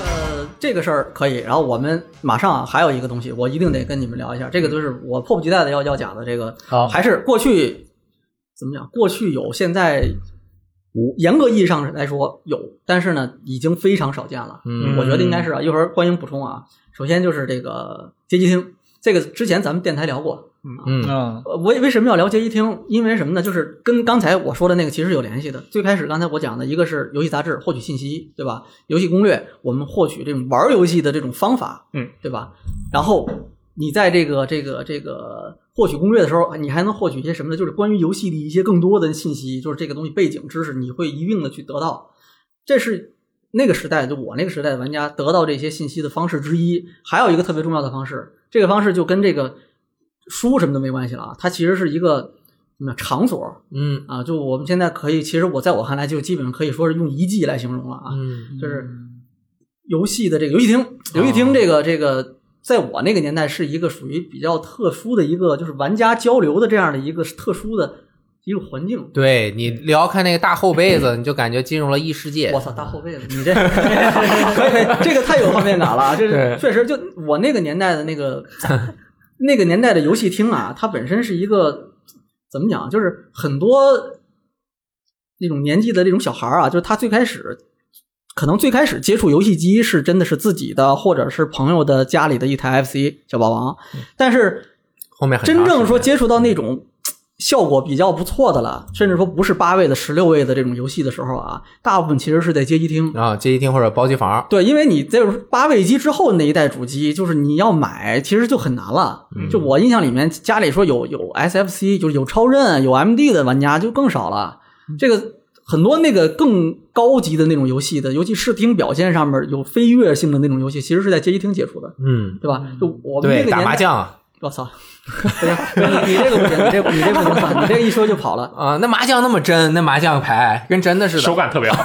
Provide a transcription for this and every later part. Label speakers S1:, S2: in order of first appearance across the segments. S1: 呃这个事儿可以。然后我们马上还有一个东西，我一定得跟你们聊一下，这个都是我迫不及待的要要讲的。这个
S2: 好
S1: 还是过去怎么讲？过去有，现在无。严格意义上来说有，但是呢，已经非常少见了。
S2: 嗯
S1: 我觉得应该是啊，一会儿欢迎补充啊。首先就是这个街机厅，这个之前咱们电台聊过，
S2: 嗯
S3: 嗯
S1: 呃为为什么要聊街机厅？因为什么呢？就是跟刚才我说的那个其实有联系的。最开始刚才我讲的一个是游戏杂志获取信息，对吧？游戏攻略，我们获取这种玩游戏的这种方法，
S3: 嗯，
S1: 对吧？然后你在这个这个这个获取攻略的时候，你还能获取一些什么呢？就是关于游戏的一些更多的信息，就是这个东西背景知识，你会一并的去得到。这是那个时代，就我那个时代的玩家得到这些信息的方式之一。还有一个特别重要的方式，这个方式就跟这个书什么的没关系了啊，它其实是一个什么呀场所
S2: 嗯
S1: 啊，就我们现在可以，其实我在我看来，就基本上可以说是用遗迹来形容了啊，
S2: 嗯
S1: 就是游戏的这个游戏厅，游戏厅这个这个。在我那个年代，是一个属于比较特殊的一个，就是玩家交流的这样的一个特殊的一个环境。
S2: 对你撩开那个大厚被子，你就感觉进入了异世界
S1: 我。操，大后背了，你这可以可以， 这个太有画面感了啊！这
S2: 对
S1: 是确实，就我那个年代的那个那个年代的游戏厅啊，它本身是一个怎么讲，就是很多那种年纪的这种小孩儿啊，就是他最开始。可能最开始接触游戏机是真的是自己的，或者是朋友的家里的一台 FC 小霸王，但是
S2: 后面很长
S1: 真正
S2: 时
S1: 说
S2: 间
S1: 接触到那种嗯效果比较不错的了，甚至说不是八位的、十六位的这种游戏的时候啊，大部分其实是在街机厅。
S2: 啊，街机厅或者包机房，
S1: 对，因为你在八位机之后那一代主机，就是你要买，其实就很难了。
S2: 嗯
S1: 就我印象里面，家里说有有 SFC，就是有超任、有 MD 的玩家就更少了。
S2: 嗯
S1: 这个很多那个更高级的那种游戏的，尤其视听表现上面有飞跃性的那种游戏，其实是在街机厅解除的，
S2: 嗯，
S1: 对吧？就我们那个
S2: 对，
S1: 年
S2: 打
S1: 代
S2: 麻将
S1: 我操！不行，你你这个不行，你这你这不能算，你这一说就跑了。
S2: 啊，那麻将那么真，那麻将牌跟真的似
S3: 手
S2: 的，
S3: 感特别好。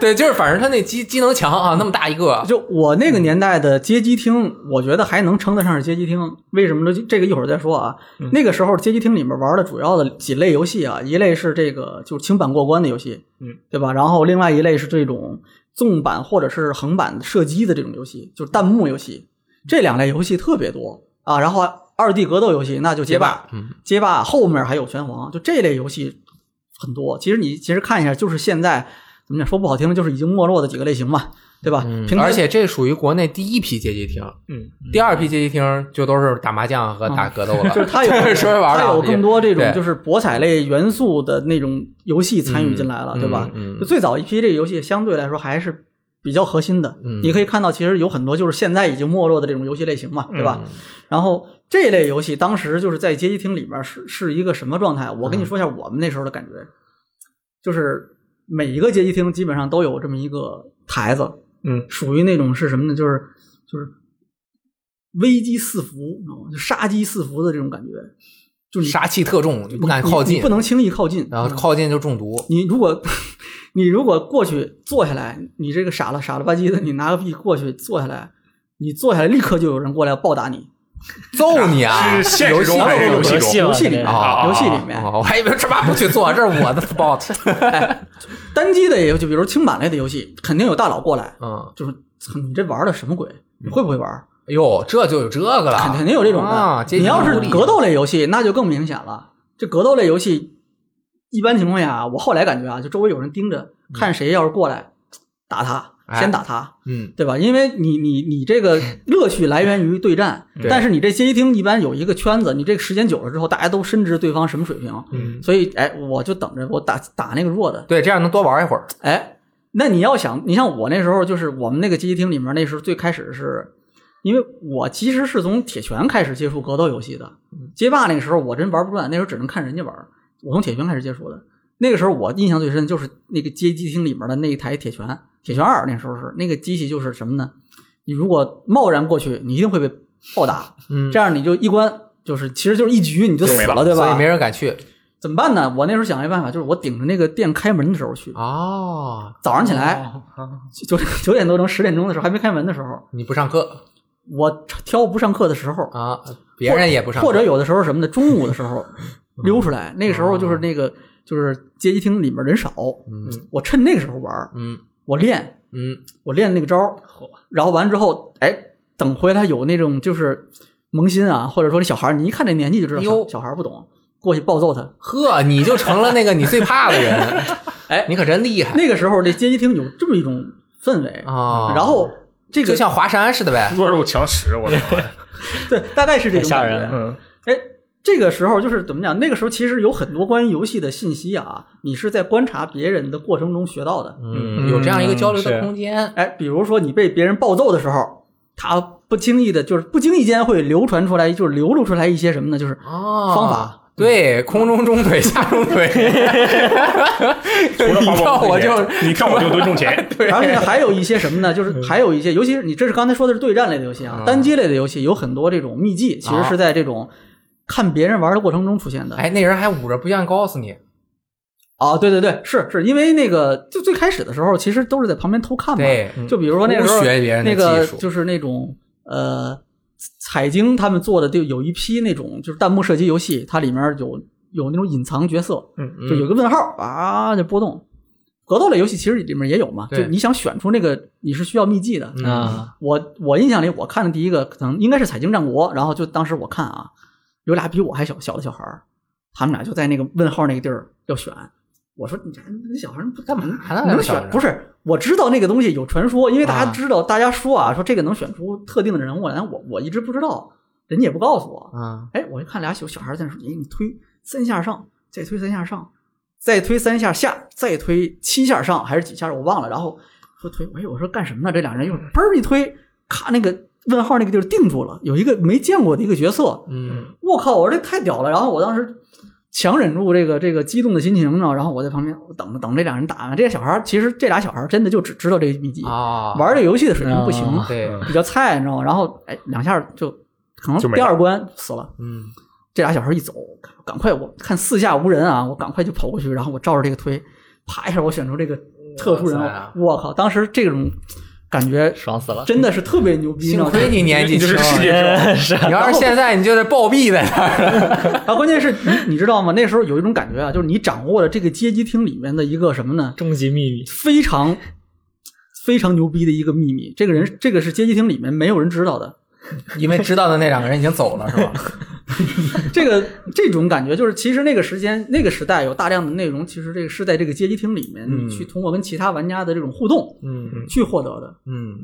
S2: 对，就是反正他那机机能强啊，那么大一个，
S1: 就我那个年代的街机厅，我觉得还能称得上是街机厅。为什么呢？这个一会儿再说啊。
S2: 嗯
S1: 那个时候街机厅里面玩的主要的几类游戏啊，一类是这个就是轻版过关的游戏，
S3: 嗯，
S1: 对吧？然后另外一类是这种纵版或者是横版射击的这种游戏，就是弹幕游戏。这两类游戏特别多啊。然后二 D 格斗游戏，那就街霸，
S2: 嗯，
S1: 街霸后面还有拳皇，就这类游戏很多。其实你其实看一下，就是现在怎么讲，说不好听，就是已经没落的几个类型嘛，对吧？
S2: 嗯
S1: 平
S2: 而
S1: 台
S2: 且这属于国内第一批街机厅，
S3: 嗯，
S2: 第二批街机厅就都是打麻将和打格斗了，
S1: 嗯 就是 它有
S2: 说着玩
S1: 它
S2: 的，啊
S1: 有更多这种
S2: 对
S1: 就是博彩类元素的那种游戏参与进来了，
S2: 嗯
S1: 对吧？
S2: 嗯嗯
S1: 就最早一批这个游戏相对来说还是比较核心的，
S2: 嗯
S1: 你可以看到其实有很多就是现在已经没落的这种游戏类型嘛，对吧？
S2: 嗯
S1: 然后这类游戏当时就是在街机厅里面是是一个什么状态？啊我跟
S2: 嗯
S1: 你说一下我们那时候的感觉，就是每一个街机厅基本上都有这么一个台子，
S3: 嗯，
S1: 属于那种是什么呢？就是就是危机四伏，你知道吗？就杀机四伏的这种感觉，就你
S2: 杀气特重，你不敢靠
S1: 你
S2: 近
S1: 你不，能轻易靠近。
S2: 然后靠近就中毒，
S1: 你如果你如果过去坐下来，你这个傻了傻了吧唧的，你拿个币过去坐下来，你坐下来立刻就有人过来暴打你。
S2: 揍你啊！
S3: 是现
S2: 游
S3: 实
S2: 戏
S3: 中还是
S2: 游
S3: 游戏
S2: 戏
S3: 中？
S1: 游戏里面，
S2: 啊啊啊
S1: 游戏里面，
S2: 哦，我还以为这嘛不去做，这是我 的 spot。
S1: 单机的也有，就比如轻板类的游戏，肯定有大佬过来，
S2: 嗯，
S1: 就是操你这玩的什么鬼？你会不会玩？
S2: 哎呦，这就有这个了，
S1: 肯肯定有这种的。
S2: 啊！
S1: 你要是格
S2: 斗，
S1: 斗类游戏，那就更明显了。这格斗类游戏，一般情况下啊，我后来感觉啊，就周围有人盯着，看谁要是过来，打他，
S2: 嗯哎
S1: 先打他，
S2: 嗯，
S1: 对吧？因为你你你这 个乐趣来源于对战，
S2: 对
S1: 但是你这街机厅一般有一个圈子，你这个时间久了之后，大家都深知对方什么水平，
S3: 嗯
S1: 所以哎，我就等着我打打那个弱的，
S2: 对，这样能多玩一会儿。
S1: 哎，那你要想，你像我那时候，就是我们那个街机厅里面，那时候最开始是，因为我其实是从铁拳开始接触格斗游戏的，
S2: 嗯
S1: 街霸那个时候我真玩不转，那时候只能看人家玩，我从铁拳开始接触的。那个时候我印象最深就是那个街机厅里面的那一台铁拳，铁拳二那时候是那个机器就是什么呢？你如果贸然过去，你一定会被暴打，
S2: 嗯
S1: 这样你就一关就是其实就是一局你就死了，对
S2: 所以
S1: 吧
S2: 没？人敢去。
S1: 怎么办呢？我那时候想一办法，就是我顶着那个店开门的时候去，
S2: 哦，
S1: 早上起来。
S4: 哦
S1: 九九点多钟、十点钟的时候，还没开门的时候，
S2: 你不上课
S1: 我挑不上课的时候，
S2: 啊，别人也不上课，嗯
S1: 或者有的时候什么的，中午的 时候溜出来，那个时候就是那个就是街机厅里面人少，
S2: 哦嗯
S1: 我趁那个时候玩儿，
S2: 嗯
S1: 我练，
S2: 嗯，
S1: 我练那个招儿，然后完之后，哎，等回来有那种就是萌新啊，或者说那小孩儿，你一看这年纪就知道
S2: 哟
S1: 小小孩儿不懂，过去暴揍他。
S2: 呵，你就成了那个你最怕的人，
S1: 哎
S2: 你可真厉害
S1: 那个时候这街机厅有这么一种氛围，
S2: 啊！
S1: 然后这个
S2: 就像华山似的呗，
S3: 弱肉强食，我的妈呀！
S1: 对，大概是这种
S4: 太吓
S1: 感觉
S4: 人了
S3: 嗯，
S1: 哎，这个时候就是怎么讲？那个时候其实有很多关于游戏的信息啊，你是在观察别人的过程中学到的。
S2: 嗯，有这样一个交流的
S4: 是
S2: 空间，
S1: 哎，比如说你被别人暴揍的时候，他不经意的，就是不经意间会流传出来，就是流露出来一些什么呢？就是
S2: 哦，
S1: 方法
S3: 嗯
S2: 对，空中中腿，下中腿，
S3: 除了
S2: 你
S3: 花
S2: 跳
S3: 花
S2: 我
S3: 公子
S2: 就
S3: 钱你跳我就多挣钱，
S1: 而且还有一些什么呢？就是还有一些，尤其是你这是刚才说的是对战类的游戏啊
S2: 嗯，啊
S1: 单机类的游戏有很多这种秘籍，其实是在这种看别人玩的过程中出现的。
S2: 哎，那人还捂着不愿告诉你，
S1: 啊，对对对，是是因为那个就最开始的时候，其实都是在旁边偷看嘛。
S2: 对，嗯
S1: 就比如说那个时候
S2: 偷学别人的
S1: 那个
S2: 技术
S1: 就是那种呃，彩晶他们做的就有一批那种就是弹幕射击游戏，它里面有有那种隐藏角色，
S3: 嗯
S1: 就有个问号啊就波动。格斗类游戏其实里面也有嘛，
S2: 对
S1: 就你想选出那个你是需要秘籍的。
S2: 嗯
S4: 啊，
S1: 我我印象里我看的第一个可能应该是《彩晶战国》，然后就当时我看啊，有俩比我还小小的小孩儿，他们俩就在那个问号那个地儿要选。我说你这那小孩儿不干嘛
S2: 干嘛呢
S1: 能
S2: 小孩
S1: 选
S2: 儿
S1: 不是？我知道那个东西有传说，因为大
S2: 啊
S1: 家知道，大家说啊，说这个能选出特定的人物来，我我一直不知道，人家也不告诉我。
S2: 嗯，
S1: 哎，我就看俩小小孩儿在那说，哎，你推三下上，再推三下上，再推三下下，再推七下上还是几下，我忘了。然后说推，哎，我说干什么呢？这俩人又嘣儿一推，咔，那个问号那个地儿定住了，有一个没见过的一个角色，
S2: 嗯，
S1: 我靠，我说这太屌了！然后我当时强忍住这个这个激动的心情呢，然后我在旁边我等着等这俩人打完。这小孩儿其实这俩小孩儿真的就只知道这个秘
S3: 嗯
S1: 籍，
S2: 啊，
S1: 玩这游戏的水平不行，
S4: 啊
S2: 对，
S1: 比较菜，你知道吗？然后哎，两下就可能
S3: 就没了
S1: 第二关死了。
S2: 嗯，
S1: 这俩小孩一走，赶快我看四下无人啊，我赶快就跑过去，然后我照着这个推，啪一下我选出这个特殊人
S2: 哇塞啊
S1: 物。我靠，当时这种感觉
S4: 爽死了，
S1: 真的是特别牛逼，你知
S2: 幸
S1: 道吗
S2: 亏你年纪
S3: 你就是
S2: 轻，啊
S3: 个世界之王，
S4: 真 是
S2: 你要是现在你就得暴毙在那儿 了，
S1: 啊，关键是你你知道吗？那时候有一种感觉啊，就是你掌握了这个街机厅里面的一个什么呢？
S4: 终极秘密，
S1: 非常非常牛逼的一个秘密。这个人，这个是街机厅里面没有人知道的。
S2: 因为知道的那两个人已经走了，是 吧？
S1: 这个这种感觉就是，其实那个时间那个时代有大量的内容，其实这个是在这个街机厅里面，
S2: 嗯
S1: 你去通过跟其他玩家的这种互动
S2: 嗯
S1: 去获得的。
S2: 嗯，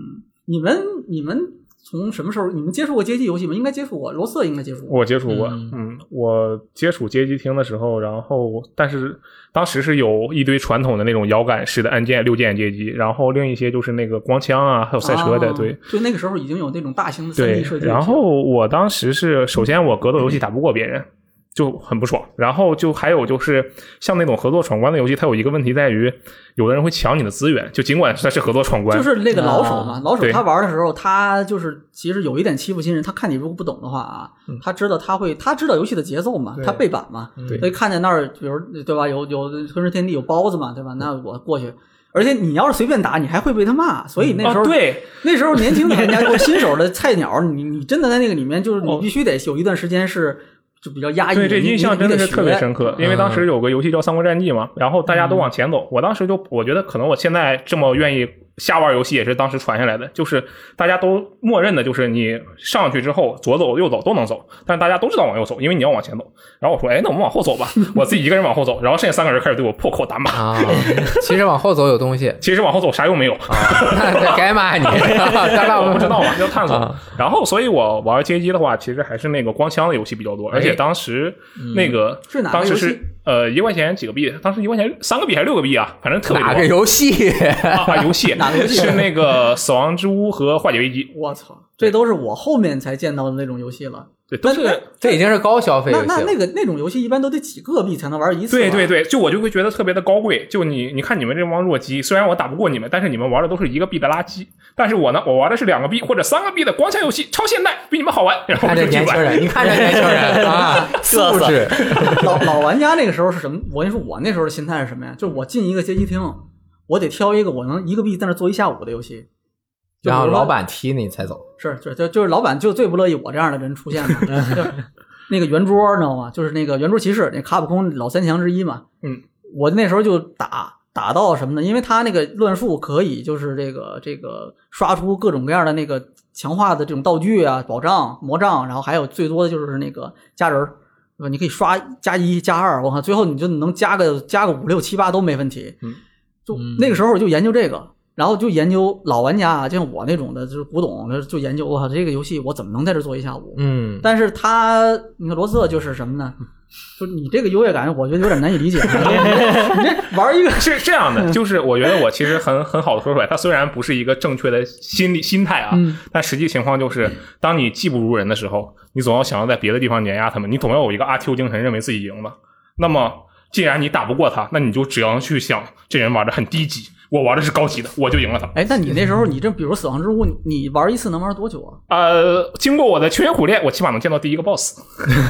S1: 你们你们从什么时候你们接触过街机游戏吗？应该接触过，罗瑟应该接触过。
S3: 我接触过，
S4: 嗯
S3: 嗯，我接触街机厅的时候，然后但是当时是有一堆传统的那种摇杆式的按键六键街机，然后另一些就是那个光枪啊，还有赛车的，
S1: 啊
S3: 对。，
S1: 就那个时候已经有那种大型的三
S3: 对
S1: D 设，计游戏了。
S3: 然后我当时是首先我格斗游戏打不过别人，就很不爽。然后就还有就是像那种合作闯关的游戏，它有一个问题在于，有的人会抢你的资源，就尽管它是合作闯关，
S1: 就是那个老手嘛，
S4: 啊
S1: 老手
S3: 对
S1: 他玩的时候，他就是其实有一点欺负新人，他看你如果不懂的话啊，他知道他会，他知道游戏的节奏嘛
S2: 对，
S1: 他背板嘛，
S3: 嗯
S2: 嗯
S3: 对
S1: 所以看见那儿，比如对吧，有有吞噬天地有包子嘛，对吧？
S3: 嗯
S1: 那我过去。而且你要是随便打，你还会被他骂，所以那时候、
S3: 啊对，
S1: 那时候年轻的玩家，就新手的菜鸟，你你真的在那个里面，就是你必须得有一段时间是就比较压抑的，
S3: 哦对，这
S1: 你
S3: 印象真的是特别
S1: 你
S3: 深。
S1: 得学嗯
S3: 刻，因为当时有个游戏叫《三国战记》嘛，然后大家都往前走，我当时就我觉得可能我现在这么愿意瞎玩游戏，也是当时传下来的，就是大家都默认的就是你上去之后左走右走都能走，但是大家都知道往右走，因为你要往前走。然后我说，哎，那我们往后 走吧，我自己一个人往后走，然后剩下三个人开始对我破口大骂。
S2: 啊， 其实往后走有东西，
S3: 其实往后走啥用没有，
S1: 啊
S2: 那该 骂你，当然
S3: 我不知道
S2: 嘛，
S3: 嘛，要探索
S2: 啊。
S3: 然后，所以我玩街机的话，其实还是那个光枪的游戏比较多，而且当时那个
S1: 是哪个
S3: 当时
S1: 游戏
S3: 是呃一块钱几个币，当时一块钱三个币还是六个币啊，反正特别
S2: 哪个
S3: 多。
S2: 游戏？
S3: 啊啊，游戏
S1: 哪个游戏
S3: 是那个《死亡之屋》和《化解危机》，
S1: 我操，这都是我后面才见到的那种游戏了。
S3: 对，都
S1: 那
S3: 是。
S2: 这已经是高消费游
S1: 那
S2: 戏
S1: 那
S2: 了。
S1: 那个那种游戏一般都得几个币才能玩一次吧。
S3: 对对对，就我就会觉得特别的高贵。就你，你看你们这帮弱鸡，虽然我打不过你们，但是你们玩的都是一个币的垃圾。但是我呢，我玩的是两个币或者三个币的光枪游戏，超现代，比你们好玩。然后我
S2: 看这
S3: 就去
S2: 年轻
S3: 玩。
S2: 人，你看这年轻 人啊， 素 质，
S1: 老老玩家那个时候是什么？我跟你说，我那时候的心态是什么呀？就是我进一个街机厅，我得挑一个我能一个币在那坐一下午的游戏。就
S2: 然
S1: 比
S2: 后
S1: 如说
S2: 老板踢你才走。
S1: 是就就就是老板就最不乐意我这样的人出现 嘛。就是那个圆桌你知道吗？就是那个圆桌骑士，那卡普空老三强之一嘛。
S3: 嗯，
S1: 我那时候就打。打到什么呢？因为它那个乱数可以就是这个这个刷出各种各样的那个强化的这种道具啊、保障、魔杖，然后还有最多的就是那个加人儿，对吧？你可以刷加一加二，我靠，最后你就能加个加个五六七八都没问题。
S3: 嗯，
S1: 就那个时候我就研究这个，然后就研究老玩家啊，就像我那种的，就是古董，就研究我靠这个游戏我怎么能在这坐一下午？
S2: 嗯，
S1: 但是他，你看罗瑟就是什么呢？就是你这个优越感，我觉得有点难以理 解。你这玩一个，
S3: 是这样的，就是我觉得我其实很很好的说出来，它虽然不是一个正确的心理心态啊，
S1: 嗯
S3: 但实际情况就是，当你技不如人的时候，你总要想要在别的地方碾压他们，你总要有一个阿 Q 精神，认为自己赢了。那么，既然你打不过他，那你就只能去想，这人玩的很低级，我玩的是高级的，我就赢了他。
S1: 哎，那你那时候，你这比如死亡之屋，你你玩一次能玩多久啊？
S3: 呃，经过我的勤学苦练，我起码能见到第一个 boss，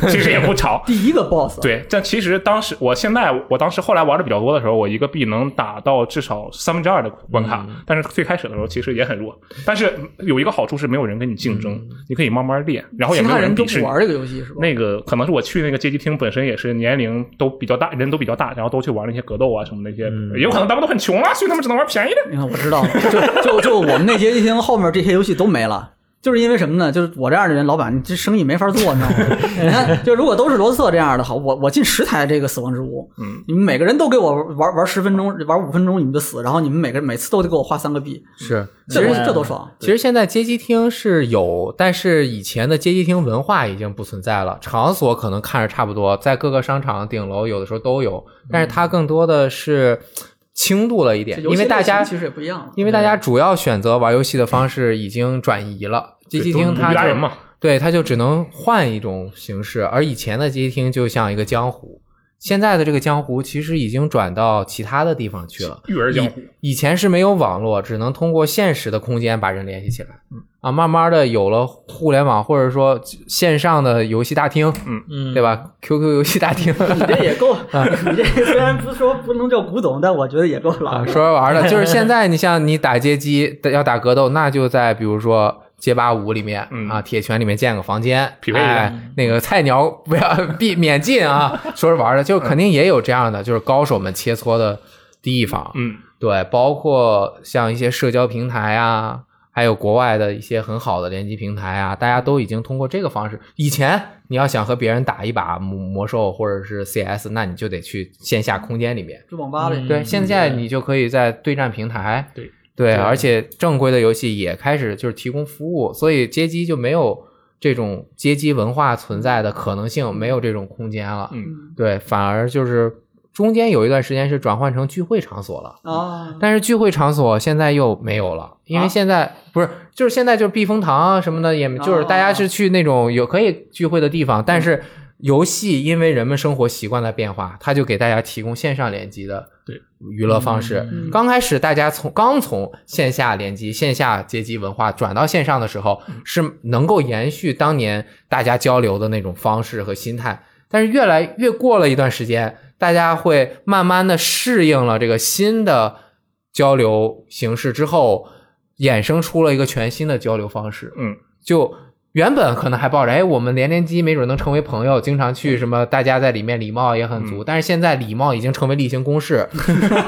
S3: 其 实也不长。
S1: 第一个 boss，，
S3: 对，但其实当时我现在我当时后来玩的比较多的时候，我一个币能打到至少三分之二的关卡，
S1: 嗯
S3: 但是最开始的时候其实也很弱。但是有一个好处是没有人跟你竞争，你可以慢慢练，然后也
S1: 嗯其
S3: 没有
S1: 他人都
S3: 鄙视
S1: 不
S3: 你。
S1: 玩这个游戏是吧？
S3: 那个可能是我去那个街机厅本身也是年龄都比较大，人都比较大，然后都去玩那些格斗啊什么那些，
S1: 嗯
S3: 也有可能他们都很穷啊，所以他们只能玩便宜的。
S1: 你看，我知道了，就 就就我们那街机厅后面这些游戏都没了。就是因为什么呢？就是我这样的人，老板，你这生意没法做，你知道 吗？你看，就如果都是罗瑟这样的，好，我我进十台这个死亡之屋，
S3: 嗯，
S1: 你们每个人都给我玩玩十分钟，玩五分钟你们就死，然后你们每个人每次都得给我花三个币，
S2: 是。
S1: 这
S2: 其
S1: 多
S2: 实
S1: 这多爽！
S2: 其实现在街机厅是有，但是以前的街机厅文化已经不存在了。场所可能看着差不多，在各个商场顶楼有的时候都有，但是它更多的是轻度了一点，
S1: 这游戏
S2: 因为大
S1: 类
S2: 家
S1: 型其实也不一样了。
S2: 因为大家主要选择玩游戏的方式已经转移了，街机厅
S3: 对都
S2: 它
S3: 是一家
S2: 就
S3: 人嘛，
S2: 对它就只能换一种形式，而以前的街机厅就像一个江湖，现在的这个江湖其实已经转到其他的地方去了。
S3: 育儿江湖。
S2: 以前是没有网络，只能通过现实的空间把人联系起来。
S3: 嗯
S2: 啊，慢慢的有了互联网，或者说线上的游戏大厅，
S4: 嗯，
S2: 对吧？QQ 啊游戏大厅，
S1: 你这也够， 你这虽然不说不能叫古董，但我觉得也够老
S2: 啊，
S1: 了。
S2: 说着玩儿的，就是现在你像你打街机要打格斗，那就在比如说。街霸五里面、
S3: 嗯
S2: 啊，铁拳里面建个房间，
S3: 匹配一下嗯
S2: 哎，那个菜鸟不要 避免进啊。说着玩儿的，就肯定也有这样的，就是高手们切磋的地方。
S3: 嗯，
S2: 对，包括像一些社交平台啊，还有国外的一些很好的联机平台啊，大家都已经通过这个方式。以前你要想和别人打一把魔魔兽或者是 CS，那你就得去线下空间里面。
S1: 去网吧呗
S4: 嗯，
S2: 对，现在你就可以在对战平台，
S3: 对
S2: 对，而且正规的游戏也开始就是提供服务，所以街机就没有这种街机文化存在的可能性，没有这种空间了。
S3: 嗯
S2: 对，反而就是中间有一段时间是转换成聚会场所了。
S1: 啊，
S2: 但是聚会场所现在又没有了，因为
S1: 啊
S2: 现在、不是就是现在就是避风塘啊什么的，也就是大家是去那种有可以聚会的地方，但是游戏因为人们生活习惯的变化，它就给大家提供线上联机的
S3: 对
S2: 娱乐方式。
S1: 嗯
S2: 刚开始大家从刚从线下联机、线下街机文化转到线上的时候，
S1: 嗯
S2: 是能够延续当年大家交流的那种方式和心态。但是越来越过了一段时间，大家会慢慢的适应了这个新的交流形式之后，衍生出了一个全新的交流方式。
S3: 嗯，
S2: 就原本可能还抱着，哎，我们连连机没准能成为朋友，经常
S1: 嗯
S2: 去什么，大家在里面礼貌也很足。但是现在礼貌已经成为例行公事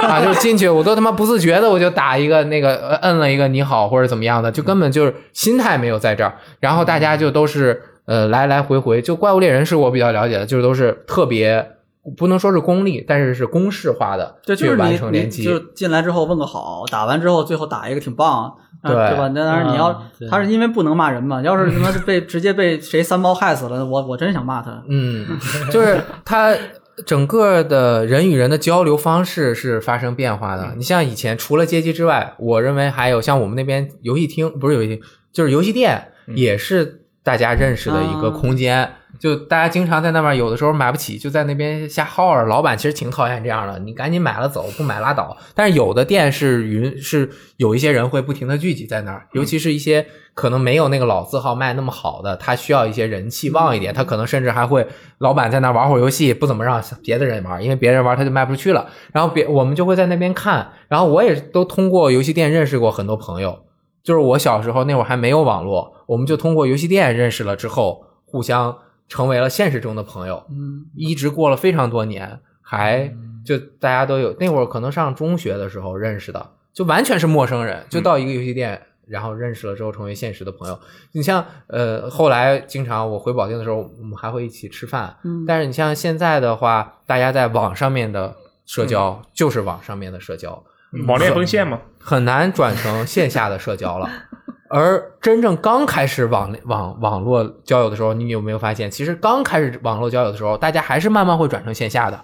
S2: 啊，就是进去我都他妈不自觉的我就打一个那个呃摁了一个你好或者怎么样的，就根本就是心态没有在这儿，然后大家就都是呃来来回回，就怪物猎人是我比较了解的，就是都是特别。不能说是功利，但是是公式化的
S1: 这就
S2: 去
S1: 是
S2: 完
S1: 你
S2: 成
S1: 你
S2: 联机，
S1: 就进来之后问个好，打完之后最后打一个挺棒，啊
S2: 对
S1: 对吧？那当然你要
S4: 嗯对
S1: 他是因为不能骂人嘛，要是他 妈是被直接被谁三包害死了，我我真想骂他。
S2: 嗯，就是它整个的人与人的交流方式是发生变化的。你像以前除了街机之外，我认为还有像我们那边游戏厅，不是游戏厅，就是游戏店，也是大家认识的一个空间。就大家经常在那边，有的时候买不起，就在那边瞎耗着。老板其实挺讨厌这样的，你赶紧买了走，不买拉倒。但是有的店是允是有一些人会不停的聚集在那儿，尤其是一些可能没有那个老字号卖那么好的，他需要一些人气旺一点，他可能甚至还会老板在那儿玩会儿游戏，不怎么让别的人玩，因为别人玩他就卖不出去了。然后别我们就会在那边看，然后我也都通过游戏店认识过很多朋友，就是我小时候那会儿还没有网络，我们就通过游戏店认识了之后，互相成为了现实中的朋友，
S1: 嗯，
S2: 一直过了非常多年。还就大家都有那会儿可能上中学的时候认识的，就完全是陌生人，就到一个游戏店。然后认识了之后，成为现实的朋友。你像呃，后来经常我回保定的时候，我们还会一起吃饭。
S1: 嗯
S2: 但是你像现在的话，大家在网上面的社交就是网上面的社交，
S3: 嗯网恋崩线嘛，
S2: 很难转成线下的社交了。而真正刚开始网网网络交友的时候，你有没有发现，其实刚开始网络交友的时候，大家还是慢慢会转成线下的。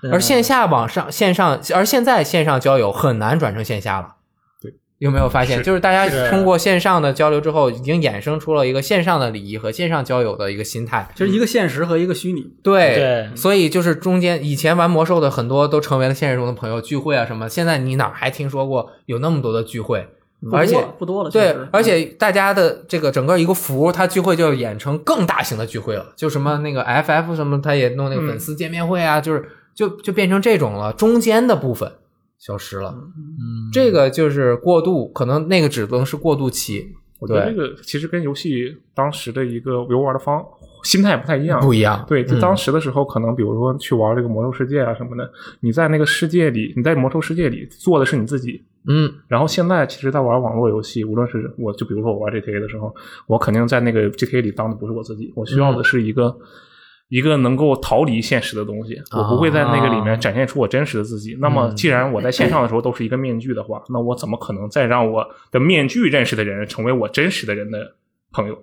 S1: 对
S2: 而线下网上线上，而现在线上交友很难转成线下了。
S3: 对，
S2: 有没有发现？
S3: 是
S2: 就是大家
S4: 是
S2: 通过线上的交流之后，已经衍生出了一个线上的礼仪和线上交友的一个心态。
S1: 就是一个现实和一个虚拟，
S2: 对，
S4: 对
S2: 所以就是中间以前玩魔兽的很多都成为了现实中的朋友聚会啊什么。现在你哪还听说过有那么多的聚会？
S1: 不多
S2: 而且
S1: 了不多了，确
S2: 对
S1: 实，
S2: 而且大家的这个整个一个服，它聚会就演成更大型的聚会了，就什么那个 FF 什么，他也弄那个粉丝见面会啊，就是就就变成这种了，中间的部分消失了，这个就是过渡，可能那个只能是过渡期，
S3: 我觉得这
S2: 对，
S3: 个其实跟游戏当时的一个游玩的方心态不太一样，
S2: 不一样，
S3: 对，就
S2: 嗯
S3: 当时的时候，可能比如说去玩这个魔兽世界啊什么的，你在那个世界里，你在魔兽世界里做的是你自己。
S2: 嗯，
S3: 然后现在其实，在玩网络游戏，无论是我就比如说我玩 GTA 的时候，我肯定在那个 GTA 里当的不是我自己，我需要的是一个、一个能够逃离现实的东西，我不会在那个里面展现出我真实的自己。那么，既然我在线上的时候都是一个面具的话，那我怎么可能再让我的面具认识的人成为我真实的人的朋友？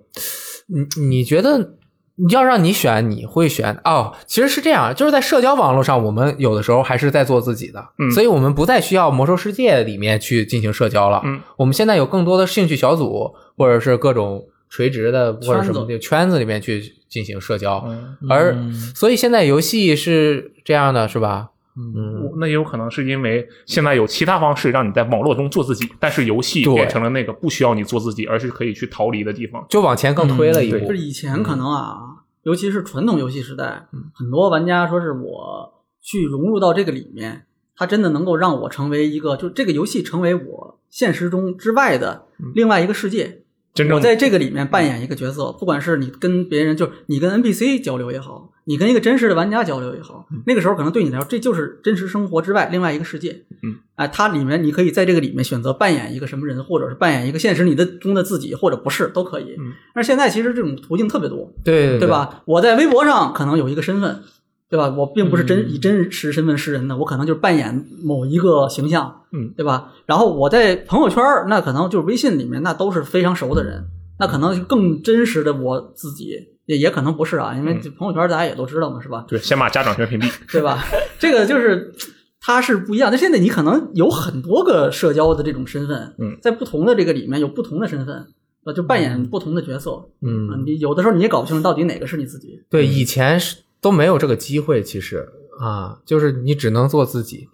S2: 你你觉得你要让你选，你会选哦？其实是这样，就是在社交网络上，我们有的时候还是在做自己的，
S3: 嗯
S2: 所以我们不再需要魔兽世界里面去进行社交了。
S3: 嗯，
S2: 我们现在有更多的兴趣小组，或者是各种垂直的或者什么
S1: 圈子
S2: 的圈子里面去进行社交，
S3: 嗯，
S2: 而
S1: 嗯
S2: 所以现在游戏是这样的，是吧？嗯，
S3: 那也有可能是因为现在有其他方式让你在网络中做自己，但是游戏
S2: 对
S3: 变成了那个不需要你做自己，而是可以去逃离的地方。
S2: 就往前更推了一
S3: 嗯对
S2: 步
S1: 就是。以前可能啊，尤其是传统游戏时代，
S3: 嗯
S1: 很多玩家说是我去融入到这个里面，它真的能够让我成为一个，就这个游戏成为我现实中之外的
S3: 嗯
S1: 另外一个世界。
S3: 真正
S1: 我在这个里面扮演一个角色，不管是你跟别人，就是你跟 NPC 交流也好，你跟一个真实的玩家交流也好，
S3: 嗯
S1: 那个时候可能对你来说，这就是真实生活之外另外一个世界。
S3: 嗯，
S1: 哎，它里面你可以在这个里面选择扮演一个什么人，或者是扮演一个现实你的中的自己，或者不是都可以。
S3: 嗯，
S1: 但是现在其实这种途径特别多，
S2: 对对
S1: 对？吧？我在微博上可能有一个身份，对吧？我并不是真、以真实身份示人的，我可能就是扮演某一个形象，
S3: 嗯，
S1: 对吧？然后我在朋友圈儿，那可能就是微信里面，那都是非常熟的人，那可能更真实的我自己，也也可能不是啊，因为这朋友圈儿大家也都知道嘛，是吧？
S3: 对，先把家长全屏蔽。
S1: 对吧？这个就是它是不一样。但现在你可能有很多个社交的这种身份，
S3: 嗯，
S1: 在不同的这个里面有不同的身份。呃，就扮演不同的角色，
S2: 嗯
S1: 啊你有的时候你也搞不清楚到底哪个是你自己，
S2: 对，以前是都没有这个机会，其实啊，就是你只能做自己。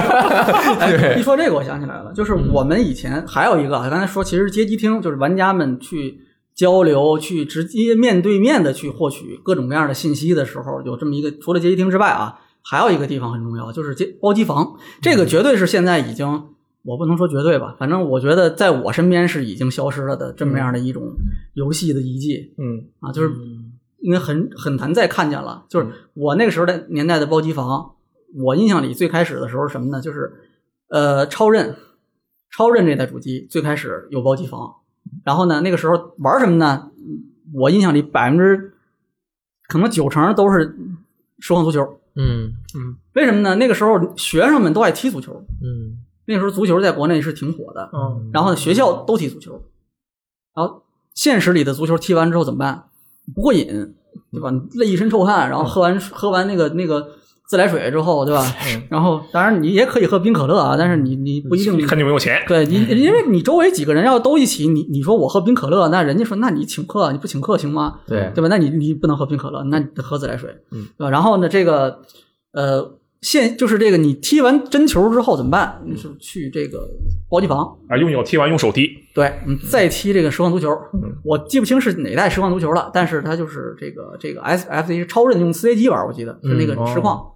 S1: 一说这个，我想起来了，就是我们以前还有一个，啊刚才说其实街机厅就是玩家们去交流、去直接面对面的去获取各种各样的信息的时候，有这么一个，除了街机厅之外啊，还有一个地方很重要，就是街包机房。这个绝对是现在已经，我不能说绝对吧，反正我觉得在我身边是已经消失了的这么样的一种游戏的遗迹。
S3: 嗯，
S1: 啊，就是因为很很难再看见了。就是我那个时候的年代的包机房，我印象里最开始的时候是什么呢？就是呃，超任，超任这台主机最开始有包机房，然后呢，那个时候玩什么呢？我印象里百分之可能九成都是实况足球，
S2: 嗯
S1: 为什么呢？那个时候学生们都爱踢足球，
S2: 嗯。
S1: 那个时候足球在国内是挺火的，
S3: 哦，
S1: 然后呢，学校都踢足球，然后现实里的足球踢完之后怎么办？不过瘾，对吧？累一身臭汗，然后喝完、喝完那个那个自来水之后，对吧？然后当然你也可以喝冰可乐啊，但是你你不一定
S3: 嗯看你有没有钱。
S1: 对你，因为你周围几个人要都一起，你你说我喝冰可乐，那人家说那你请客，你不请客行吗？
S2: 对
S1: 对吧？那你你不能喝冰可乐，那你得喝自来水，
S2: 嗯，
S1: 对吧？然后呢，这个呃，现就是这个你踢完真球之后怎么办？你是去这个包机房，
S3: 啊，用脚踢完用手踢，
S1: 对，嗯，再踢这个实况足球
S3: 嗯，
S1: 我记不清是哪代实况足球了，但是它就是这个这个 S F C 超任用 C A 机玩，我记得是那个
S3: 嗯哦
S1: 实况。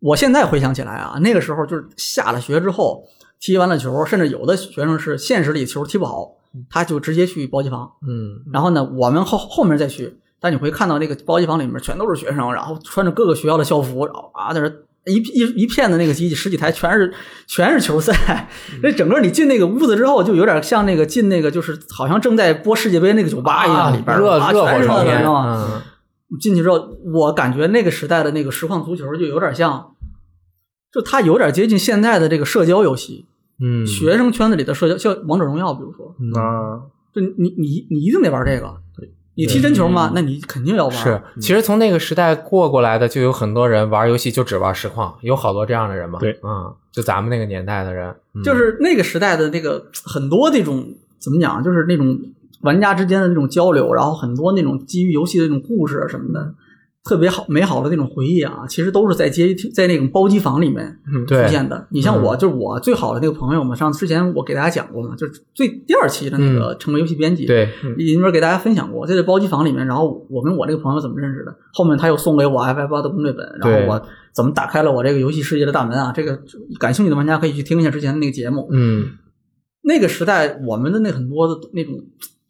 S1: 我现在回想起来啊，那个时候就是下了学之后踢完了球，甚至有的学生是
S3: 嗯
S1: 现实里球踢不好，他就直接去包机房，
S2: 嗯
S1: 然后呢，我们后后面再去。但你会看到那个包机房里面全都是学生，然后穿着各个学校的校服，然后啊，在那儿一一一片的那个机器，十几台全是全是球赛。
S2: 嗯
S1: 那整个你进那个屋子之后，就有点像那个进那个就是好像正在播世界杯那个酒吧一
S2: 啊
S1: 样，里边儿
S2: 热
S1: 啊
S2: 热
S1: 全
S2: 火
S1: 是
S2: 朝
S1: 那个
S2: 天，
S1: 你知道吗？
S2: 嗯，
S1: 进去之后，我感觉那个时代的那个实况足球就有点像，就它有点接近现在的这个社交游戏，
S2: 嗯
S1: 学生圈子里的社交，像王者荣耀，比如说，
S2: 嗯
S3: 啊，
S1: 就你你你一定得玩这个，你踢真球吗？那你肯定要玩。
S2: 是，其实从那个时代过过来的，就有很多人玩游戏就只玩实况，有好多这样的人嘛。
S3: 对，
S2: 嗯，就咱们那个年代的人，嗯
S1: 就是那个时代的那个很多那种怎么讲，啊就是那种玩家之间的那种交流，然后很多那种基于游戏的那种故事啊什么的，特别好美好的那种回忆啊，其实都是在街在那种包机房里面
S3: 嗯
S1: 出
S2: 对，
S1: 现的。你像我，就是我最好的那个朋友嘛，上之前我给大家讲过嘛，就是最第二期的那个成为游戏编辑，，
S2: 嗯对，
S1: 里面给大家分享过，在这包机房里面，然后我跟我那个朋友怎么认识的，后面他又送给我 F F 八的攻略本，然
S2: 对
S1: 后我怎么打开了我这个游戏世界的大门啊，这个感兴趣的玩家可以去听一下之前的那个节目。
S2: 嗯，
S1: 那个时代，我们的那很多的那种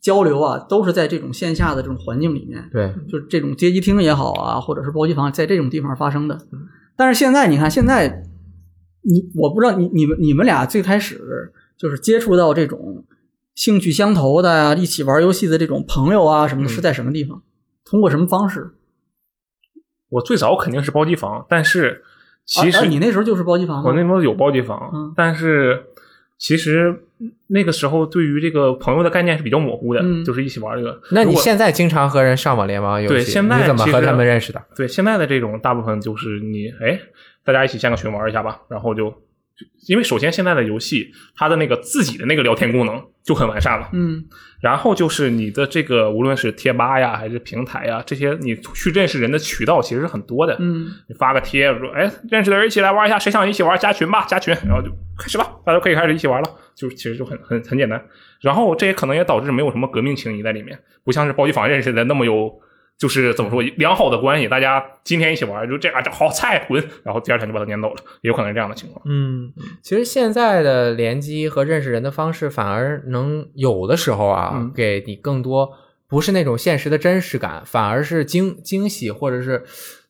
S1: 交流啊，都是在这种线下的这种环境里面，
S2: 对，
S1: 就是这种街机厅也好啊，或者是包机房，在这种地方发生的。
S2: 嗯
S1: 但是现在你看，现在你我不知道你你们你们俩最开始就是接触到这种兴趣相投的啊，一起玩游戏的这种朋友啊什
S2: 嗯
S1: 么的，是在什么地方？通过什么方式？
S3: 我最早肯定是包机房，但是其
S1: 啊啊
S3: 实
S1: 你那时候就是包机房吗
S3: 我那时候有包机房，
S1: 嗯
S3: 但是其实那个时候对于这个朋友的概念是比较模糊的，
S1: 嗯
S3: 就是一起玩这个。
S2: 那
S3: 如
S2: 你
S3: 果
S2: 现在经常和人上网联网游戏，
S3: 对现在
S2: 你怎么
S3: 其
S2: 和
S3: 实
S2: 他们认识的？
S3: 对现在的这种大部分就是你哎，大家一起建个群玩一下吧，然后就因为首先现在的游戏它的那个自己的那个聊天功能就很完善了，
S1: 嗯
S3: 然后就是你的这个无论是贴吧呀还是平台呀这些你去认识人的渠道其实是很多的，
S1: 嗯，
S3: 你发个贴说，哎，认识的人一起来玩一下，谁想一起玩加群吧，加群，然后就开始吧，大家都可以开始一起玩了，就是其实就很很很简单。然后这也可能也导致没有什么革命情谊在里面，不像是包机房认识的那么有，就是怎么说良好的关系，大家今天一起玩就这样，这好菜滚，然后第二天就把他撵走了，也有可能是这样的情况。
S2: 嗯，其实现在的联机和认识人的方式，反而能有的时候啊，
S3: 嗯
S2: 给你更多不是那种现实的真实感，反而是惊惊喜或者是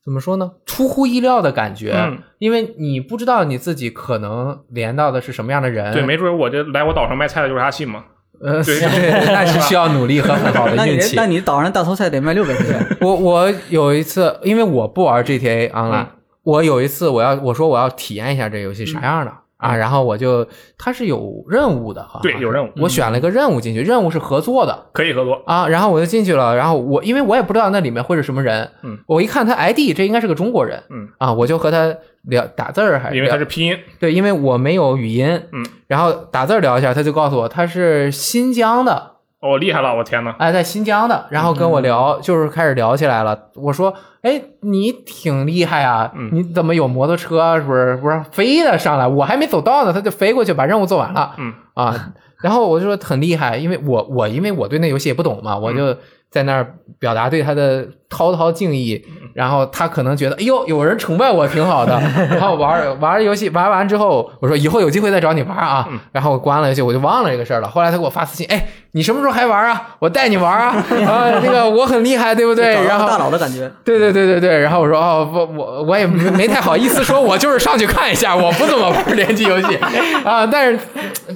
S2: 怎么说呢，出乎意料的感觉。
S1: 啊
S3: 嗯
S2: 因为你不知道你自己可能连到的是什么样的人，
S1: 哎
S3: 对，没准我这来我岛上卖菜的就是阿信嘛。
S2: 呃，
S3: 对
S2: 那是需要努力和很好
S1: 那
S2: 的
S1: 你
S2: 运
S1: 这
S2: 气
S1: 那。你岛上大头菜得卖六百块钱。
S2: 我我有一次，因为我不玩 GTA
S3: 嗯
S2: Online，、我有一次我要我说我要体验一下这游戏啥样的、啊，然后我就它是有任务的，好像
S3: 嗯对
S2: 是
S3: 有任务嗯
S2: 我选了一个任务进去，任务是合作的
S3: 可以合作，
S2: 啊，然后我就进去了，然后我因为我也不知道那里面会是什么人，
S3: 嗯，
S2: 我一看他 ID，这应该是个中国人，
S3: 嗯
S2: 啊，我就和他聊打字儿还是
S3: 因为它
S2: 聊
S3: 是拼音，
S2: 对，因为我没有语音，
S3: 嗯，
S2: 然后打字儿聊一下，他就告诉我他是新疆的，
S3: 哦，厉害了，我天呐。
S2: 哎，在新疆的，然后跟
S3: 嗯
S2: 我聊，就是开始聊起来了。我说，哎，你挺厉害啊，
S3: 嗯
S2: 你怎么有摩托车？啊是不是不是飞的上来？我还没走到呢，他就飞过去把任务做完了。
S3: 嗯
S2: 啊，然后我就说很厉害，因为我我因为我对那游戏也不懂嘛，我就在那儿表达对他的滔滔敬意。然后他可能觉得，哎呦，有人崇拜我挺好的。然后玩玩游戏玩完之后，我说以后有机会再找你玩啊。然后我关了游戏，我就忘了这个事儿了。后来他给我发私信，哎，你什么时候还玩啊？我带你玩啊！啊，那个我很厉害，对不 对？
S1: 找
S2: 然
S1: 到大
S2: 后。
S1: 佬的感觉。
S2: 对对对对对，然后我说哦，我我我也 没没太好意思说，我就是上去看一下，我不怎么玩联机游戏啊。但是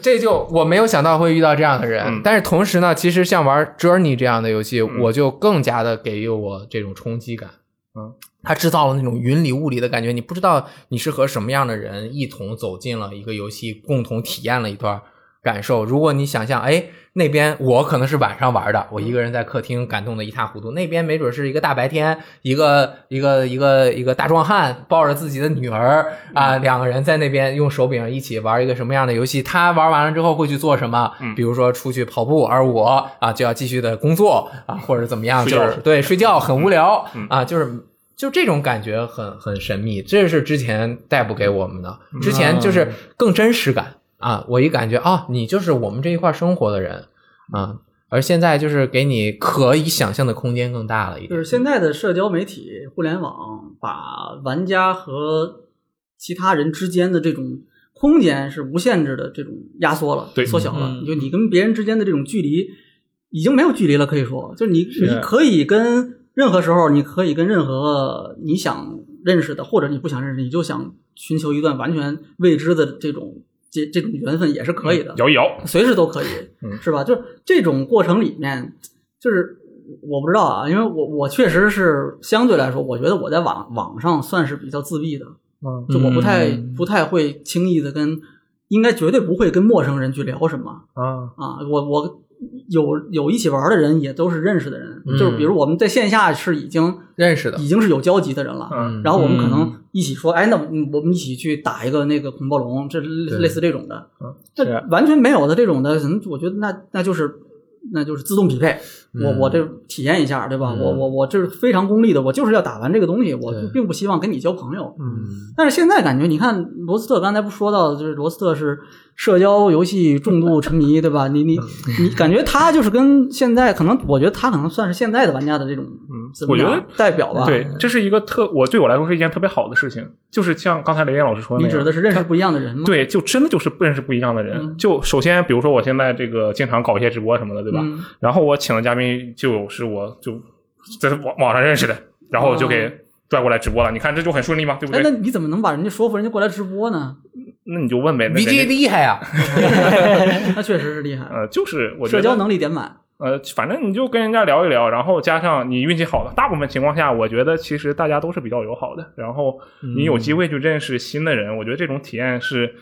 S2: 这就我没有想到会遇到这样的人，
S3: 嗯
S2: 但是同时呢，其实像玩 Journey 这样的游戏，我就更加的给予我这种冲击感。
S3: 嗯，
S2: 它制造了那种云里雾里的感觉，你不知道你是和什么样的人一同走进了一个游戏，共同体验了一段感受。如果你想象，哎，那边我可能是晚上玩的，我一个人在客厅感动的一塌糊涂；那边没准是一个大白天，一个一个一个一个大壮汉抱着自己的女儿啊，两个人在那边用手柄一起玩一个什么样的游戏？他玩完了之后会去做什么？
S3: 嗯
S2: 比如说出去跑步，而我啊就要继续的工作啊，或者怎么样，
S3: 睡
S2: 就
S3: 觉
S2: 是对睡觉很无聊
S3: 嗯
S2: 啊，就是。就这种感觉很很神秘，这是之前带不给我们的。之前就是更真实感啊，我一感觉啊，你就是我们这一块生活的人啊，而现在就是给你可以想象的空间更大了
S1: 就
S2: 一点
S1: 是。现在的社交媒体、互联网，把玩家和其他人之间的这种空间是无限制的这种压缩了，
S3: 对
S1: 缩小了。
S2: 嗯
S1: 就你跟别人之间的这种距离已经没有距离了，可以说，就是你你可以跟任何时候你可以跟任何你想认识的，或者你不想认识，你就想寻求一段完全未知的这种这这种缘分也是哎啊可以
S2: 嗯
S1: 的，
S3: 嗯摇一摇，
S1: 随时都可以
S3: 嗯，
S1: 是吧？就是这种过程里面，就是我不知道啊，因为我我确实是相对来说，我觉得我在网网上算是比较自闭的，
S3: 嗯
S1: 就我不太
S2: 嗯
S1: 不太会轻易的跟，应该绝对不会跟陌生人去聊什么。
S3: 啊，
S1: 啊，我我有有一起玩的人也都是认识的人，
S2: 嗯
S1: 就是比如我们在线下是已经
S2: 认识的，
S1: 已经是有交集的人了。
S3: 嗯
S1: 然后我们可能
S2: 嗯
S1: 一起说，哎，那嗯我们一起去打一个那个恐暴龙，这
S2: 对
S1: 类类似这种的
S3: 嗯，
S1: 这
S3: 是
S1: 完全没有的这种的，可能我觉得那那就是那就是自动匹配，我
S2: 嗯
S1: 我这体验一下，对吧？
S2: 嗯
S1: 我我我这是非常功利的，我就是要打完这个东西，我
S2: 对
S1: 就并不希望跟你交朋友。
S2: 嗯
S1: 但是现在感觉，你看罗斯特刚才不说到，就是罗斯特是社交游戏重度沉迷，对吧？你
S3: 嗯
S1: 你你感觉他就是跟现在可能，我觉得他可能算是现在的玩家的这种，怎么
S3: 嗯我觉
S1: 讲
S3: 得
S1: 代表吧。
S3: 对，这是一个特，我对我来说是一件特别好的事情，就是像刚才雷电老师说的
S1: 你
S3: 那样
S1: 指的是认识不一样的人吗？，
S3: 对，就真的就是不认识不一样的人。
S1: 嗯
S3: 就首先，比如说我现在这个经常搞一些直播什么的，对吧？
S1: 嗯
S3: 然后我请的嘉宾就有是我就在网网上认识的，然后我就给拽过来直播了。你看这就很顺利吗？对不
S1: 哎
S3: 对，
S1: 哦那？你怎么能把人家说服人家过来直播 呢？
S3: 那你就问呗。那人家
S2: ，VG 厉害啊，
S1: 他确实是厉害，
S3: 呃，就是我觉
S1: 社
S3: 得
S1: 交能力点满。
S3: 呃，反正你就跟人家聊一聊，然后加上你运气好的，大部分情况下，我觉得其实大家都是比较友好的。然后你有
S1: 嗯
S3: 机会去认识新的人，我觉得这种体验是，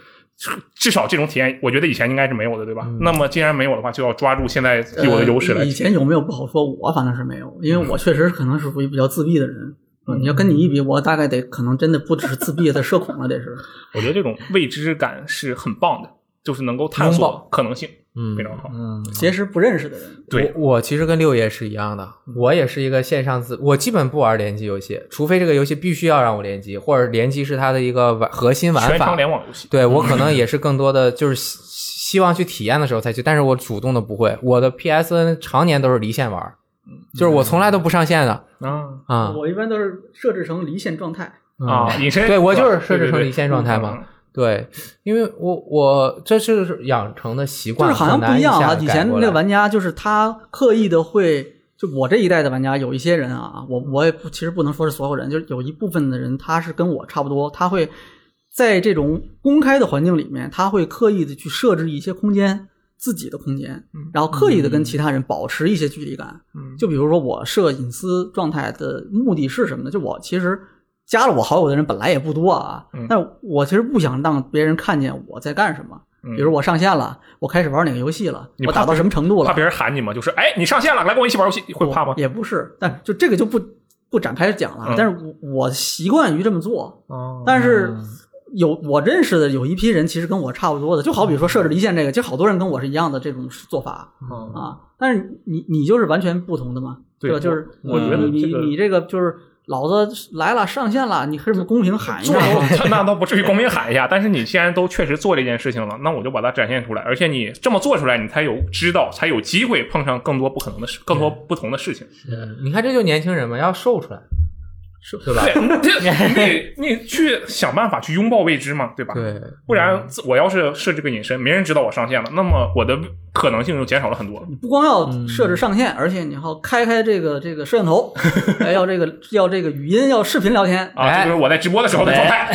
S3: 至少这种体验，我觉得以前应该是没有的，对吧？那么既然没有的话，就要抓住现在有的优势来
S1: 嗯呃。以前有没有不好说，我反正是没有，因为我确实可能是属于比较自闭的人。嗯你要跟你一比，我大概得可能真的不只是自闭，得社恐了，得是。
S3: 我觉得这种未知感是很棒的，就是能够探
S2: 拥
S3: 索可能性，
S2: 嗯
S3: 非常好。
S2: 嗯，
S1: 结识不认识的人，
S3: 对，
S2: 我我其实跟六爷是一样的，我也是一个线上自，我基本不玩联机游戏，除非这个游戏必须要让我联机，或者联机是它的一个玩核心玩
S3: 全程
S2: 法。
S3: 联网游戏，
S2: 对我可能也是更多的就是希希望去体验的时候才去，但是我主动的不会。我的 PSN 常年都是离线玩，
S3: 嗯
S2: 就是我从来都不上线的
S1: 嗯
S3: 啊
S2: 啊
S1: 我一般都是设置成离线状态。
S3: 啊，隐身
S2: 嗯对我就是设置
S3: 对对
S2: 成
S3: 对嗯
S2: 离线状态嘛。对，因为我我这是养成的习
S1: 就
S2: 惯，
S1: 是好像
S2: 很
S1: 不
S2: 难
S1: 一样
S2: 下
S1: 啊。
S2: 子
S1: 以
S2: 改
S1: 前
S2: 过
S1: 那个
S2: 来
S1: 玩家就是他刻意的会，就我这一代的玩家有一些人啊，我我也不其实不能说是所有人，就是有一部分的人他是跟我差不多，他会在这种公开的环境里面，他会刻意的去设置一些空间。自己的空间，然后刻意的跟其他人保持一些距离感。
S3: 嗯
S1: 就比如说，我设隐私状态的目的是什么呢？就我其实加了我好友的人本来也不多啊
S3: 嗯，
S1: 但我其实不想让别人看见我在干什么。
S3: 嗯
S1: 比如我上线了，我开始玩哪个游戏了，
S3: 你
S1: 我
S3: 怕
S1: 打到什么程度
S3: 嗯怕
S1: 了，
S3: 别人喊你嘛，就是哎，你上线了，来跟我一起玩游戏，会怕吗？
S1: 也不是，但就这个就不不展开讲了。
S3: 嗯
S1: 但是我我习惯于这么做，
S3: 哦
S1: 但是。有我认识的有一批人，其实跟我差不多的，就好比说设置离线这个，其实好多人跟我是一样的这种做法
S3: 哦
S1: 啊。但是你你就是完全不同的嘛，
S3: 对
S1: 吧？就是
S3: 我我觉得
S1: 你
S3: 这个
S1: 你你这个就是老子来了上线了，你是不是公屏
S2: 哎
S1: 喊一
S3: 做
S1: 下？
S3: 都那倒不至于公民喊一下，但是你既然都确实做这件事情了，那我就把它展现出来，而且你这么做出来，你才有知道，才有机会碰上更多不可能的事，更多不同的事情。
S2: 嗯你看，这就年轻人嘛，要瘦出来，
S1: 是
S2: 对吧？
S3: 对，你你你去想办法去拥抱未知嘛，对吧？
S2: 对，
S3: 不
S2: 嗯
S3: 然自我要是设置个隐身，没人知道我上线了，那么我的可能性就减少了很多。
S1: 不光
S4: 嗯
S1: 要设置上线，而且你还要开开这个这个摄像 头，还要这个要这个语音，要视频聊天。
S2: 哎
S3: 啊，这就是我在直播的时候的 状态。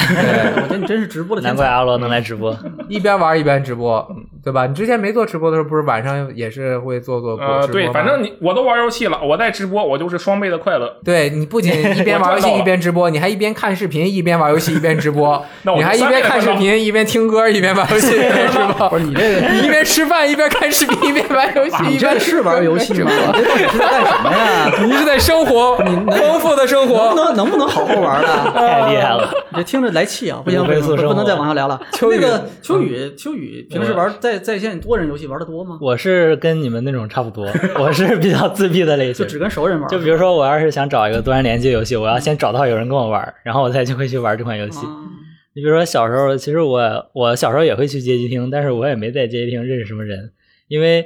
S1: 我觉得你真是直播的天
S4: 哎 难
S1: 才
S4: 怪。啊阿罗能来 直播。
S2: 一边玩一边直播，对吧？你之前没做直播的时候，不是晚上也是会做做直播吗
S3: 呃，对，反正你我都玩游戏了，我在直播，我就是双倍的快乐。
S2: 对你不 仅一边玩游
S3: 我赚到
S2: 戏
S3: 了
S2: 一边直播，你还一边看视频一边玩游戏一边直播，
S3: 那我
S2: 你
S3: 就
S2: 还一
S3: 三
S2: 边
S3: 倍的
S2: 看视
S3: 快乐
S2: 频一边听歌一边玩游戏一边直播。不是你这个，一边吃饭一边看视频一边玩游戏，
S1: 你
S2: 一
S1: 这
S2: 边
S1: 是玩游戏 吗？你这到底是在干什么呀？
S2: 你是在生活，丰富的生
S1: 能不
S2: 活。
S1: 能能不能好好玩了？
S4: 太厉害了！
S1: 你这听着来气啊！不行
S4: 五
S1: 不
S4: 倍
S1: 行，
S4: 速生
S1: 不
S4: 活嗯
S1: 能再往下聊 了。
S2: 秋雨
S1: 那个秋雨秋雨平时玩在在线多人游戏玩的多吗？
S4: 我是跟你们那种差不多， 我是比较自闭的类
S1: 就
S4: 型。
S1: 只跟熟人玩。
S4: 就比如说，我要是想找一个多人联机游戏，我要先找到有人跟我玩，然后我才就会去玩这款游戏。
S1: 啊
S4: 你比如说小时候，其实我我小时候也会去街机厅，但是我也没在街机厅认识什么人，因为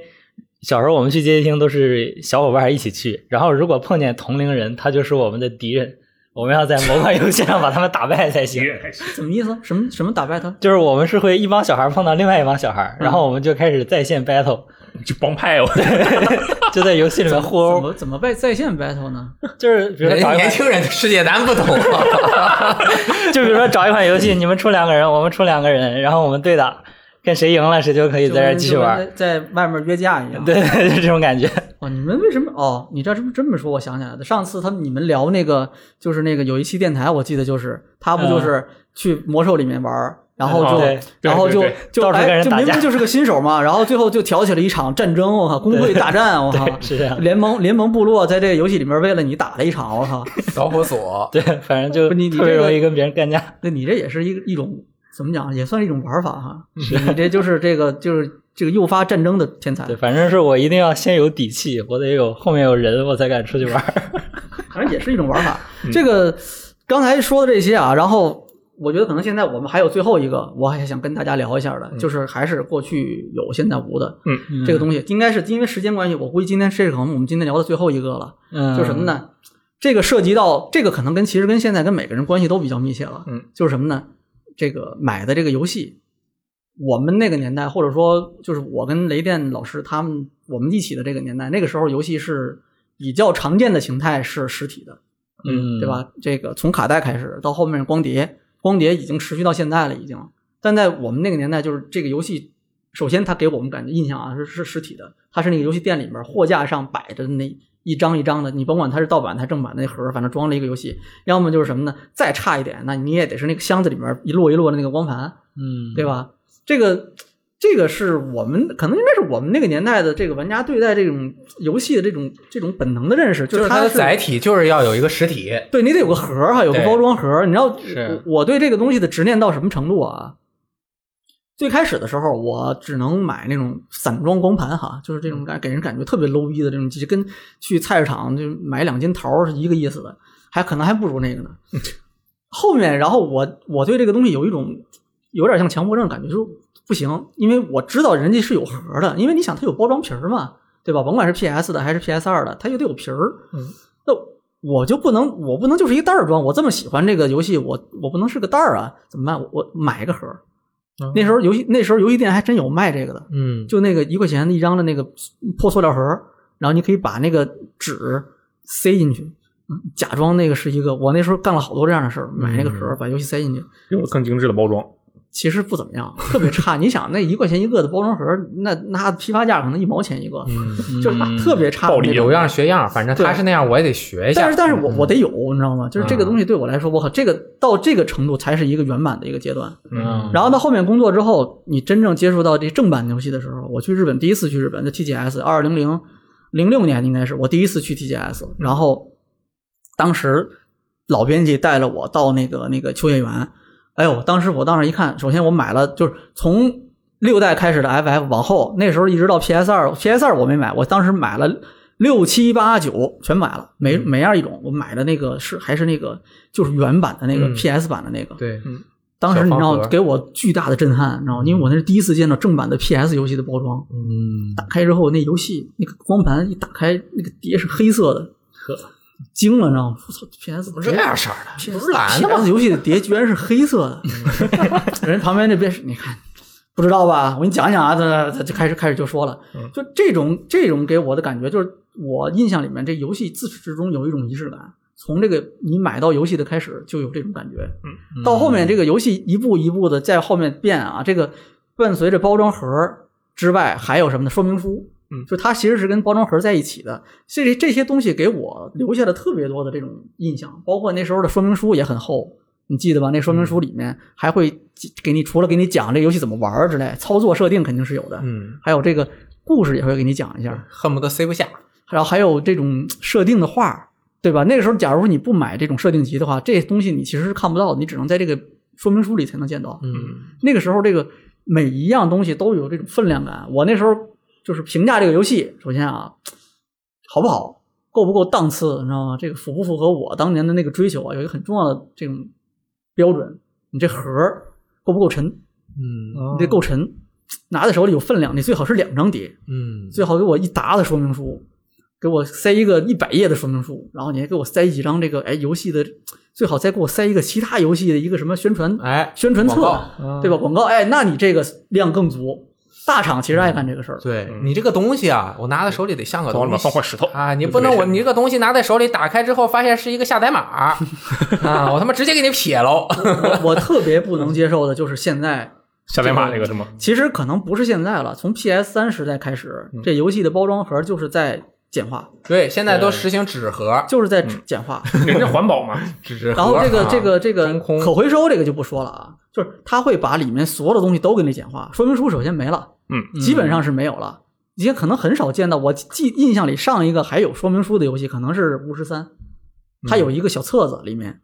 S4: 小时候我们去街机厅都是小伙伴一起去，然后如果碰见同龄人，他就是我们的敌人，我们要在某款游戏上把他们打败才
S3: 体
S4: 行。
S3: 验开心
S1: 什么意思？什么什么打败他？嗯
S4: 就是我们是会一帮小孩碰到另外一帮小孩，然后我们就开始在线 battle，
S3: 就帮 派哦，
S4: 就在游戏里面互
S1: 怎
S4: 殴，
S1: 么怎么在在线 battle 呢？
S4: 就是比如说
S2: 人
S4: 找一
S2: 年
S4: 款，
S2: 轻人的世界咱不懂，
S4: 就比如说找一款游戏，你们出两个人，我们出两个人，然后我们对打，看谁赢了谁就可以
S1: 就
S4: 在这儿
S1: 跟
S4: 继续玩。，
S1: 在外面约架一样。
S4: 对， 就这种感觉。
S1: 哦，你们为什么？哦，你这这么这么说，我想起来了。上次他们你们聊那个，就是那个有一期电台，我记得就是他不就是去魔兽里面玩儿，然后就、
S4: 嗯对
S1: 然后就
S3: 对对
S1: 就
S4: 到处跟
S1: 哎
S4: 人
S1: 就
S4: 打
S1: 明
S4: 架
S1: 明就是个新手嘛，然后最后就挑起了一场战争，我靠，工会大战，我靠
S4: 对，，是这样。
S1: 联盟联盟部落在这个游戏里面为了你打了一场，我靠，
S2: 导火索。
S4: 对，反正就
S1: 不你你
S4: 特别
S1: 这个
S4: 容易跟别人干架。
S1: 那你这也是一个一种怎么讲，也算是一种玩法哈。你这就是这个就是这个诱发战争的天才
S4: 对，，反正是我一定要先有底气，我得有后面有人，我才敢出去玩。
S1: 反正也是一种玩法。这个刚才说的这些啊，然后我觉得可能现在我们还有最后一个，我还想跟大家聊一下的，就是还是过去有现在无的
S4: 嗯
S1: 这个东西，应该是因为时间关系，我估计今天这是可能我们今天聊的最后一个了，
S4: 嗯，
S1: 就是什么？呢？这个涉及到这个可能跟其实跟现在跟每个人关系都比较密切了，
S3: 嗯，
S1: 就是什么呢？这个买的这个游戏。我们那个年代，或者说就是我跟雷电老师他们我们一起的这个年代，那个时候游戏是比较常见的形态是实体的，
S4: 嗯，
S1: 对？吧？这个从卡带开始到后面光碟，光碟已经持续到现在了，已经。但在我们那个年代，就是这个游戏，首先它给我们感觉印象啊是是实体的，它是那个游戏店里面货架上摆着那一张一张的，你甭管它是盗版还是正版那盒儿，反正装了一个游戏。要么就是什么呢？再差一点，那你也得是那个箱子里面一摞一摞的那个光盘，
S4: 嗯，
S1: 对？吧？这个这个是我们可能应该是我们那个年代的这个玩家对待这种游戏的这种这种本能的认识，就
S2: 就是
S1: 它
S2: 它的
S1: 是
S2: 载体就是要有一个实体，
S1: 对你得有个盒儿哈，有个
S2: 对
S1: 包装盒儿。你知道
S2: 是
S1: 我我对这个东西的执念到什么程度啊？最开始的时候，我只能买那种散装光盘哈，就是这种
S2: 嗯
S1: 感给人感觉特别 low 逼的这种机器，跟去菜市场就买两斤桃儿是一个意思的，还可能还不如那个呢。
S2: 嗯
S1: 后面，然后我我对这个东西有一种有点像强迫症感觉，就是不行，因为我知道人家是有盒儿的，因为你想它有包装皮儿嘛，对吧？甭管是 PS 的还是 PS 二的，它就得有皮儿。
S3: 嗯，
S1: 那我就不能，我不能就是一袋儿装。我这么喜欢这个游戏，我我不能是个袋儿啊？怎么办？我我买一个盒儿。那时候游戏那时候游戏店还真有卖这个的，
S2: 嗯，
S1: 就那个一块钱一张的那个破塑料盒儿，然后你可以把那个纸塞进去。嗯假装那个是一个，我那时候干了好多这样的事儿，买那个盒儿，把游戏塞进去，
S3: 有更精致的包装。
S1: 其实不怎么样，特别差。你想，那一块钱一个的包装盒儿，那那批发价可能一毛钱一个，就是那特别差的
S3: 暴
S1: 那
S3: 利
S1: 种。
S2: 有样学样，反正
S1: 对
S2: 他是那样，我也得学一下。
S1: 但是，但是我我得有，你知道吗？就是这个东西对我来说，我靠，这个到这个程度才是一个圆满的一个阶段。
S4: 嗯，
S1: 然后到后面工作之后，你真正接触到这正版游戏的时候，我去日本第一次去日本，就 TGS 二零零零六年应该是我第一次去 TGS，然后当时老编辑带了我到那个那个秋叶原，哎呦，当时我当时一看，首先我买了就是从六代开始的 FF 往后，那时候一直到 PS 二，PS 二我没买，我当时买了。六七八九全买了，每每样一种。我买的那个是还是那个，就是原版的那个
S2: 嗯
S1: PS 版的那个。
S2: 对，
S1: 当时你知
S2: 小
S1: 道
S2: 方盒
S1: 给我巨大的震撼，你知道吗？因为我那是第一次见到正版的 PS 游戏的包装，
S2: 嗯，
S1: 打开之后那游戏那个光盘一打开，那个碟是黑色的，惊了，你知道吗？我操，PS 怎么
S2: 这样式儿的，不是蓝的吗？嗯
S1: PS 游戏的碟居然是黑色的， 人旁边那边是，你看不知道吧？我给你讲讲啊，他他就开始开始就说了，
S2: 嗯
S1: 就这种这种给我的感觉就是，我印象里面这游戏自始至终有一种仪式感，从这个你买到游戏的开始就有这种感觉，
S2: 嗯
S1: 到后面这个游戏一步一步的在后面变啊，这个伴随着包装盒之外还有什么呢？说明书。
S3: 嗯
S1: 就它其实是跟包装盒在一起的，这这些东西给我留下了特别多的这种印象，包括那时候的说明书也很厚，你记得吧？那说
S2: 嗯
S1: 明书里面还会给你除了给你讲这游戏怎么玩儿之类，操作设定肯定是有的，
S2: 嗯，
S1: 还有这个故事也会给你讲一下，
S2: 恨不得塞不下。
S1: 然后还有这种设定的画儿，对吧？那个时候，假如你不买这种设定集的话，这东西你其实是看不到的，你只能在这个说明书里才能见到。
S2: 嗯，
S1: 那个时候，这个每一样东西都有这种分量感。我那时候就是评价这个游戏，首先啊，好不好，够不够档次，你知道吗？这个符不符合我当年的那个追求啊？有一个很重要的这种标准，你这盒儿够不够沉？
S2: 嗯
S1: 你得够沉，拿在手里有分量，你最好是两张碟。
S2: 嗯，
S1: 最好给我一沓的说明书，给我塞一个一百页的说明书，然后你还给我塞几张这个哎游戏的，最好再给我塞一个其他游戏的一个什么宣传
S2: 哎，
S1: 宣传册
S2: 广告，
S1: 对吧？广告，哎，那你这个量更足。大厂其实爱干这个事儿。
S2: 对你这个东西啊，我拿在手里得像个
S3: 往里
S2: 东
S3: 面
S2: 西
S3: 放块石头
S2: 啊！你不能我你这个东西拿在手里，打开之后发现是一个下 载码啊！我他妈直接给你撇 喽！
S1: 我我特别不能接受的就是现在，
S3: 下载码那个是 吗？
S1: 其实可能不是现在了，从 PS 三时代开始，
S2: 嗯
S1: 这游戏的包装盒就是在简化，
S2: 对，现在都实行纸盒，
S1: 就是在简 化。
S3: 人家环保嘛，
S2: 纸嗯盒。
S1: 然
S2: 啊
S1: 后这个这个这
S2: 真
S1: 个
S2: 空
S1: 可回收这个就不说了啊，就是它会把里面所有的东西都给你简化，说明书首先没了，
S3: 嗯，
S1: 基本上是没有了。也可能很少见到，我记印象里上一个还有说明书的游戏，可能是巫师三，它有一个小册子，里面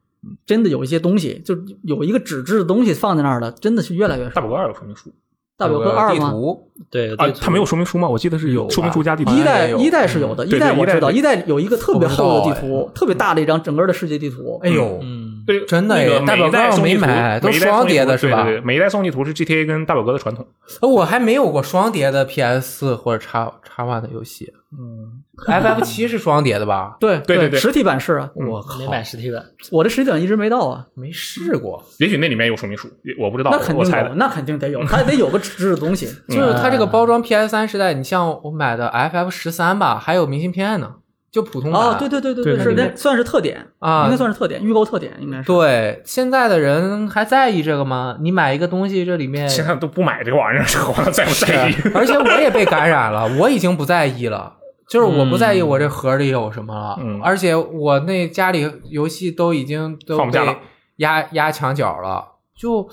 S1: 真的有一些东西，就有一个纸质的东西放在那儿的，真的是越来越少。
S3: 大表哥二有说明书
S1: 大表哥
S2: 有个
S1: 二
S2: 地
S1: 吗？
S2: 图
S4: 对，
S3: 啊
S4: 对，
S3: 他没有说明书吗？我记得是
S2: 呃有吧
S3: 说明书加地图
S2: 好。
S1: 一
S2: 像
S1: 代
S2: 也有
S1: 一代是有的，一代
S3: 对
S1: 我知道，
S3: 一代
S1: 一代有一个特别厚的地
S2: 我
S1: 图，特别大的一张整个的世界地图。
S2: 哎，呦，
S4: 嗯，
S3: 对，
S2: 真的
S3: 那
S2: 耶
S3: 个
S2: 大
S3: 每
S2: 表
S3: 一
S2: 哥
S3: 代
S2: 我
S3: 送
S2: 没
S3: 地图
S2: 买都
S3: 每一代送
S2: 双
S3: 地
S2: 碟
S3: 图
S2: 的是
S3: 对
S2: 吧
S3: 对对，每一代送地图是 GTA 跟大表哥的传统。
S2: 呃我还没有过双碟的 PS 4或者叉叉 One 的游戏。
S3: 嗯，
S2: FF 七是双碟的吧？
S1: 对
S3: 对对对
S1: 实体版是啊，
S2: 我靠
S4: 嗯没，买实体版，
S1: 我的实体版一直没到啊，
S2: 没试过。
S3: 也许那里面有说明书，也我不知道，
S1: 那肯
S3: 我
S1: 定
S3: 猜
S1: 有，
S3: 的。
S1: 那肯定得有，它也得有个纸质的东西。
S2: 就是它这个包装 PS 3时代，你像我买的 FF 十三吧，还有明信片呢，就普通版。
S1: 哦，对对对对
S3: 对
S1: 是
S3: 对
S1: 那算是特点
S2: 啊
S1: 应该算是特点，预购特点应该是。
S2: 对，现在的人还在意这个吗？你买一个东西，这里面，
S3: 现在都不买这个玩意儿，这个玩意儿在不在意？
S2: 而且我也被感染了，我已经不在意了。就是我不在意
S4: 嗯
S2: 我这盒里有什么了，
S3: 嗯
S2: 而且我那家里游戏都已经都
S3: 放不下
S2: 被
S3: 了
S2: 压压墙角了，就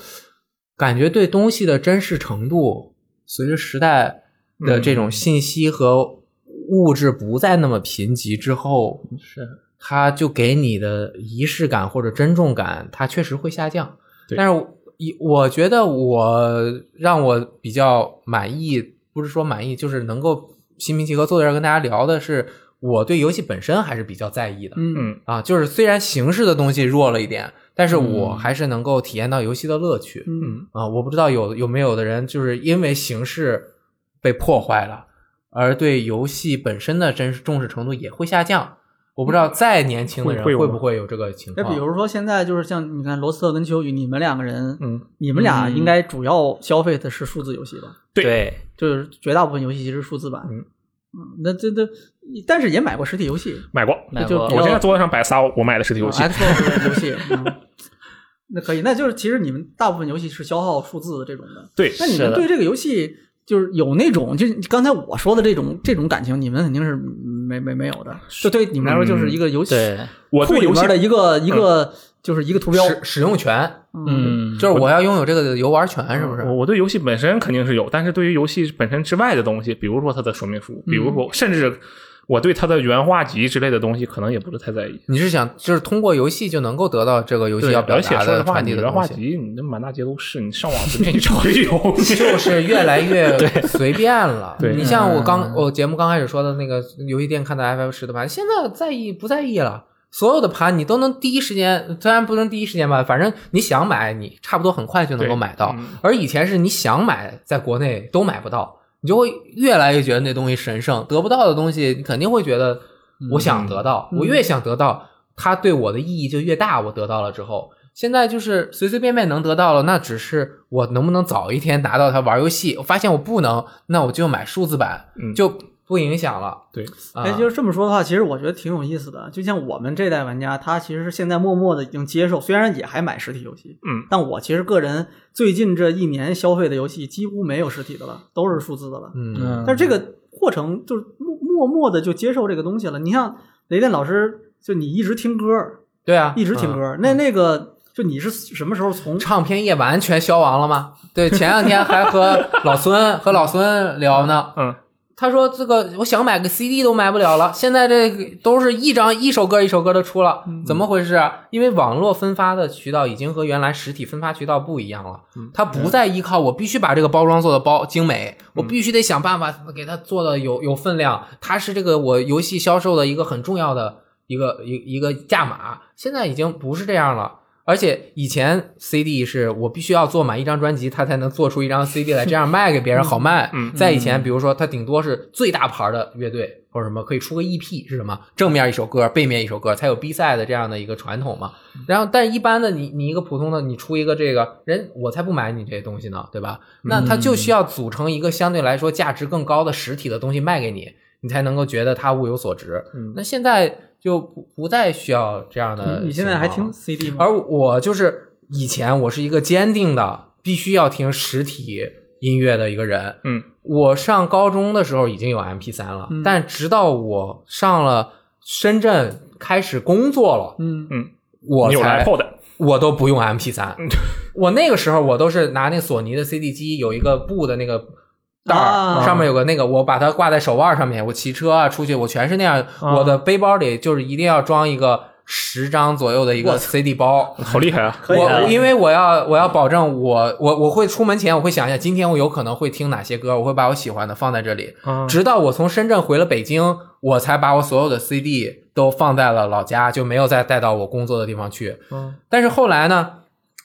S2: 感觉对东西的珍视程度，随着时代
S3: 嗯
S2: 的这种信息和物质不再那么贫瘠之后，
S4: 是
S2: 它就给你的仪式感或者珍重感，它确实会下降。
S3: 对
S2: 但是一我觉得我让我比较满意，不是说满意，就是能够心平气和坐在这儿跟大家聊的是，我对游戏本身还是比较在意的、
S1: 嗯，
S3: 嗯，
S2: 啊。就是虽然形式的东西弱了一点，但是我还是能够体验到游戏的乐趣。
S1: 嗯
S2: 啊，我不知道有有没有的人就是因为形式被破坏了，而对游戏本身的真实重视程度也会下降。我不知道再年轻的人
S3: 会会有
S2: 会
S3: 吗
S2: 不会有这个情
S1: 那
S3: 啊
S2: 况。
S1: 比如说现在就是像你看罗斯特跟秋雨，你们两个人，
S3: 嗯，
S1: 你们俩应该主要消费的是数字游戏吧？
S3: 对
S4: 对，
S1: 就是绝大部分游戏其实是数字版。
S3: 嗯
S1: 嗯，那这这，但是也买过实体游戏，
S3: 买过。
S4: 买
S1: 就
S4: 过
S1: 比
S3: 我
S1: 较
S3: 现在桌子上摆仨我买的实体游戏
S1: 啊，Xbox 的游戏。嗯那可以，那就是其实你们大部分游戏是消耗数字的这种的。
S3: 对，
S1: 那你
S4: 是
S1: 们
S4: 的
S1: 对这个游戏就是有那种，就是刚才我说的这种这种感情，你们肯定是没没没有的。就对你们来说，就是一个游戏、
S4: 对，
S3: 我
S1: 库
S3: 对
S1: 里
S3: 游戏
S1: 面的一个一个就是一个图标。
S2: 使使用权，
S4: 嗯，
S2: 就是我要拥有这个游玩权，是不是？
S3: 嗯我我对游戏本身肯定是有，但是对于游戏本身之外的东西，比如说它的说明书，
S2: 嗯
S3: 比如说甚至我对它的原画集之类的东西，可能也不是太在意。
S2: 你是想就是通过游戏就能够得到这个游戏
S3: 对，
S2: 要表
S3: 而且
S2: 达
S3: 说实
S2: 的
S3: 话，
S2: 传
S3: 你
S2: 递的
S3: 原
S2: 东
S3: 画
S2: 西，
S3: 集你那满大街都是，你上网 随便一找就有。
S2: 就是越来越随便了。
S3: 对
S2: 你像我刚我节目刚开始说的那个游戏店看到 FF 十的盘，现在在意不在意了？所有的盘你都能第一时间，虽然不能第一时间吧，反正你想买，你差不多很快就能够
S3: 对
S2: 买到
S3: 嗯。
S2: 而以前是你想买，在国内都买不到，你就会越来越觉得那东西神圣，得不到的东西，你肯定会觉得我想得到，
S1: 嗯
S2: 我越想得到，它对我的意义就越大。我得到了之后，现在就是随随便便能得到了，那只是我能不能早一天拿到它玩游戏。我发现我不能，那我就买数字版，
S3: 嗯
S2: 就不影响了。
S3: 对，
S2: 啊、
S1: 哎，就是这么说的话，其实我觉得挺有意思的。就像我们这代玩家，他其实是现在默默的已经接受，虽然也还买实体游戏，
S3: 嗯，
S1: 但我其实个人最近这一年消费的游戏几乎没有实体的了，都是数字的了。
S2: 嗯
S4: 嗯
S1: 但是这个过程就是默默默的就接受这个东西了。你像雷电老师，就你一直听歌，
S2: 对啊，
S1: 一直听
S2: 嗯
S1: 歌，那那个就你是什么时候从
S2: 唱片业完全消亡了吗？对，前两天还和老孙和老孙聊呢，
S3: 嗯，
S2: 他说这个我想买个 CD 都买不了了，现在这个都是一张一首歌一首歌的出了，怎么回事啊？因为网络分发的渠道已经和原来实体分发渠道不一样了，它不再依靠我必须把这个包装做的包精美，我必须得想办法给它做的有有分量，它是这个我游戏销售的一个很重要的一个一一个价码，现在已经不是这样了。而且以前 CD 是我必须要做满一张专辑，它才能做出一张 CD 来，这样卖给别人好卖。
S3: 嗯
S2: 在以前，比如说它顶多是最大牌的乐队，或者什么可以出个 EP 是什么？正面一首歌，背面一首歌，才有 B 赛的这样的一个传统嘛。
S1: 嗯
S2: 然后，但一般的你你一个普通的你出一个这个人，我才不买你这些东西呢，对吧？那它
S1: 嗯
S2: 就需要组成一个相对来说价值更高的实体的东西卖给你，你才能够觉得它物有所值。
S3: 嗯
S2: 那现在就不不再需要这样的。
S1: 你你现在还听？CD 吗？
S2: 而我就是以前我是一个坚定的必须要听实体音乐的一个人，
S3: 嗯，
S2: 我上高中的时候已经有 MP 三了，
S1: 嗯
S2: 但直到我上了深圳开始工作了，
S1: 嗯
S2: 我
S3: 你有嗯
S2: 才
S3: iPod，
S2: 我都不用 MP 三。我那个时候我都是拿那索尼的 CD 机，有一个布的那个袋儿，
S1: 啊
S2: 上面有个那个，我把它挂在手腕上面，我骑车啊出去，我全是那样。
S3: 啊
S2: 我的背包里就是一定要装一个十张左右的一个 CD 包。
S3: 好厉害啊！
S1: 可以啊
S2: 我因为我要我要保证我我我会出门前我会想一下今天我有可能会听哪些歌，我会把我喜欢的放在这里。
S1: 嗯
S4: 嗯
S3: 啊
S2: 直到我从深圳回了北京，我才把我所有的 CD 都放在了老家，就没有再带到我工作的地方去。
S3: 嗯
S2: 但是后来呢，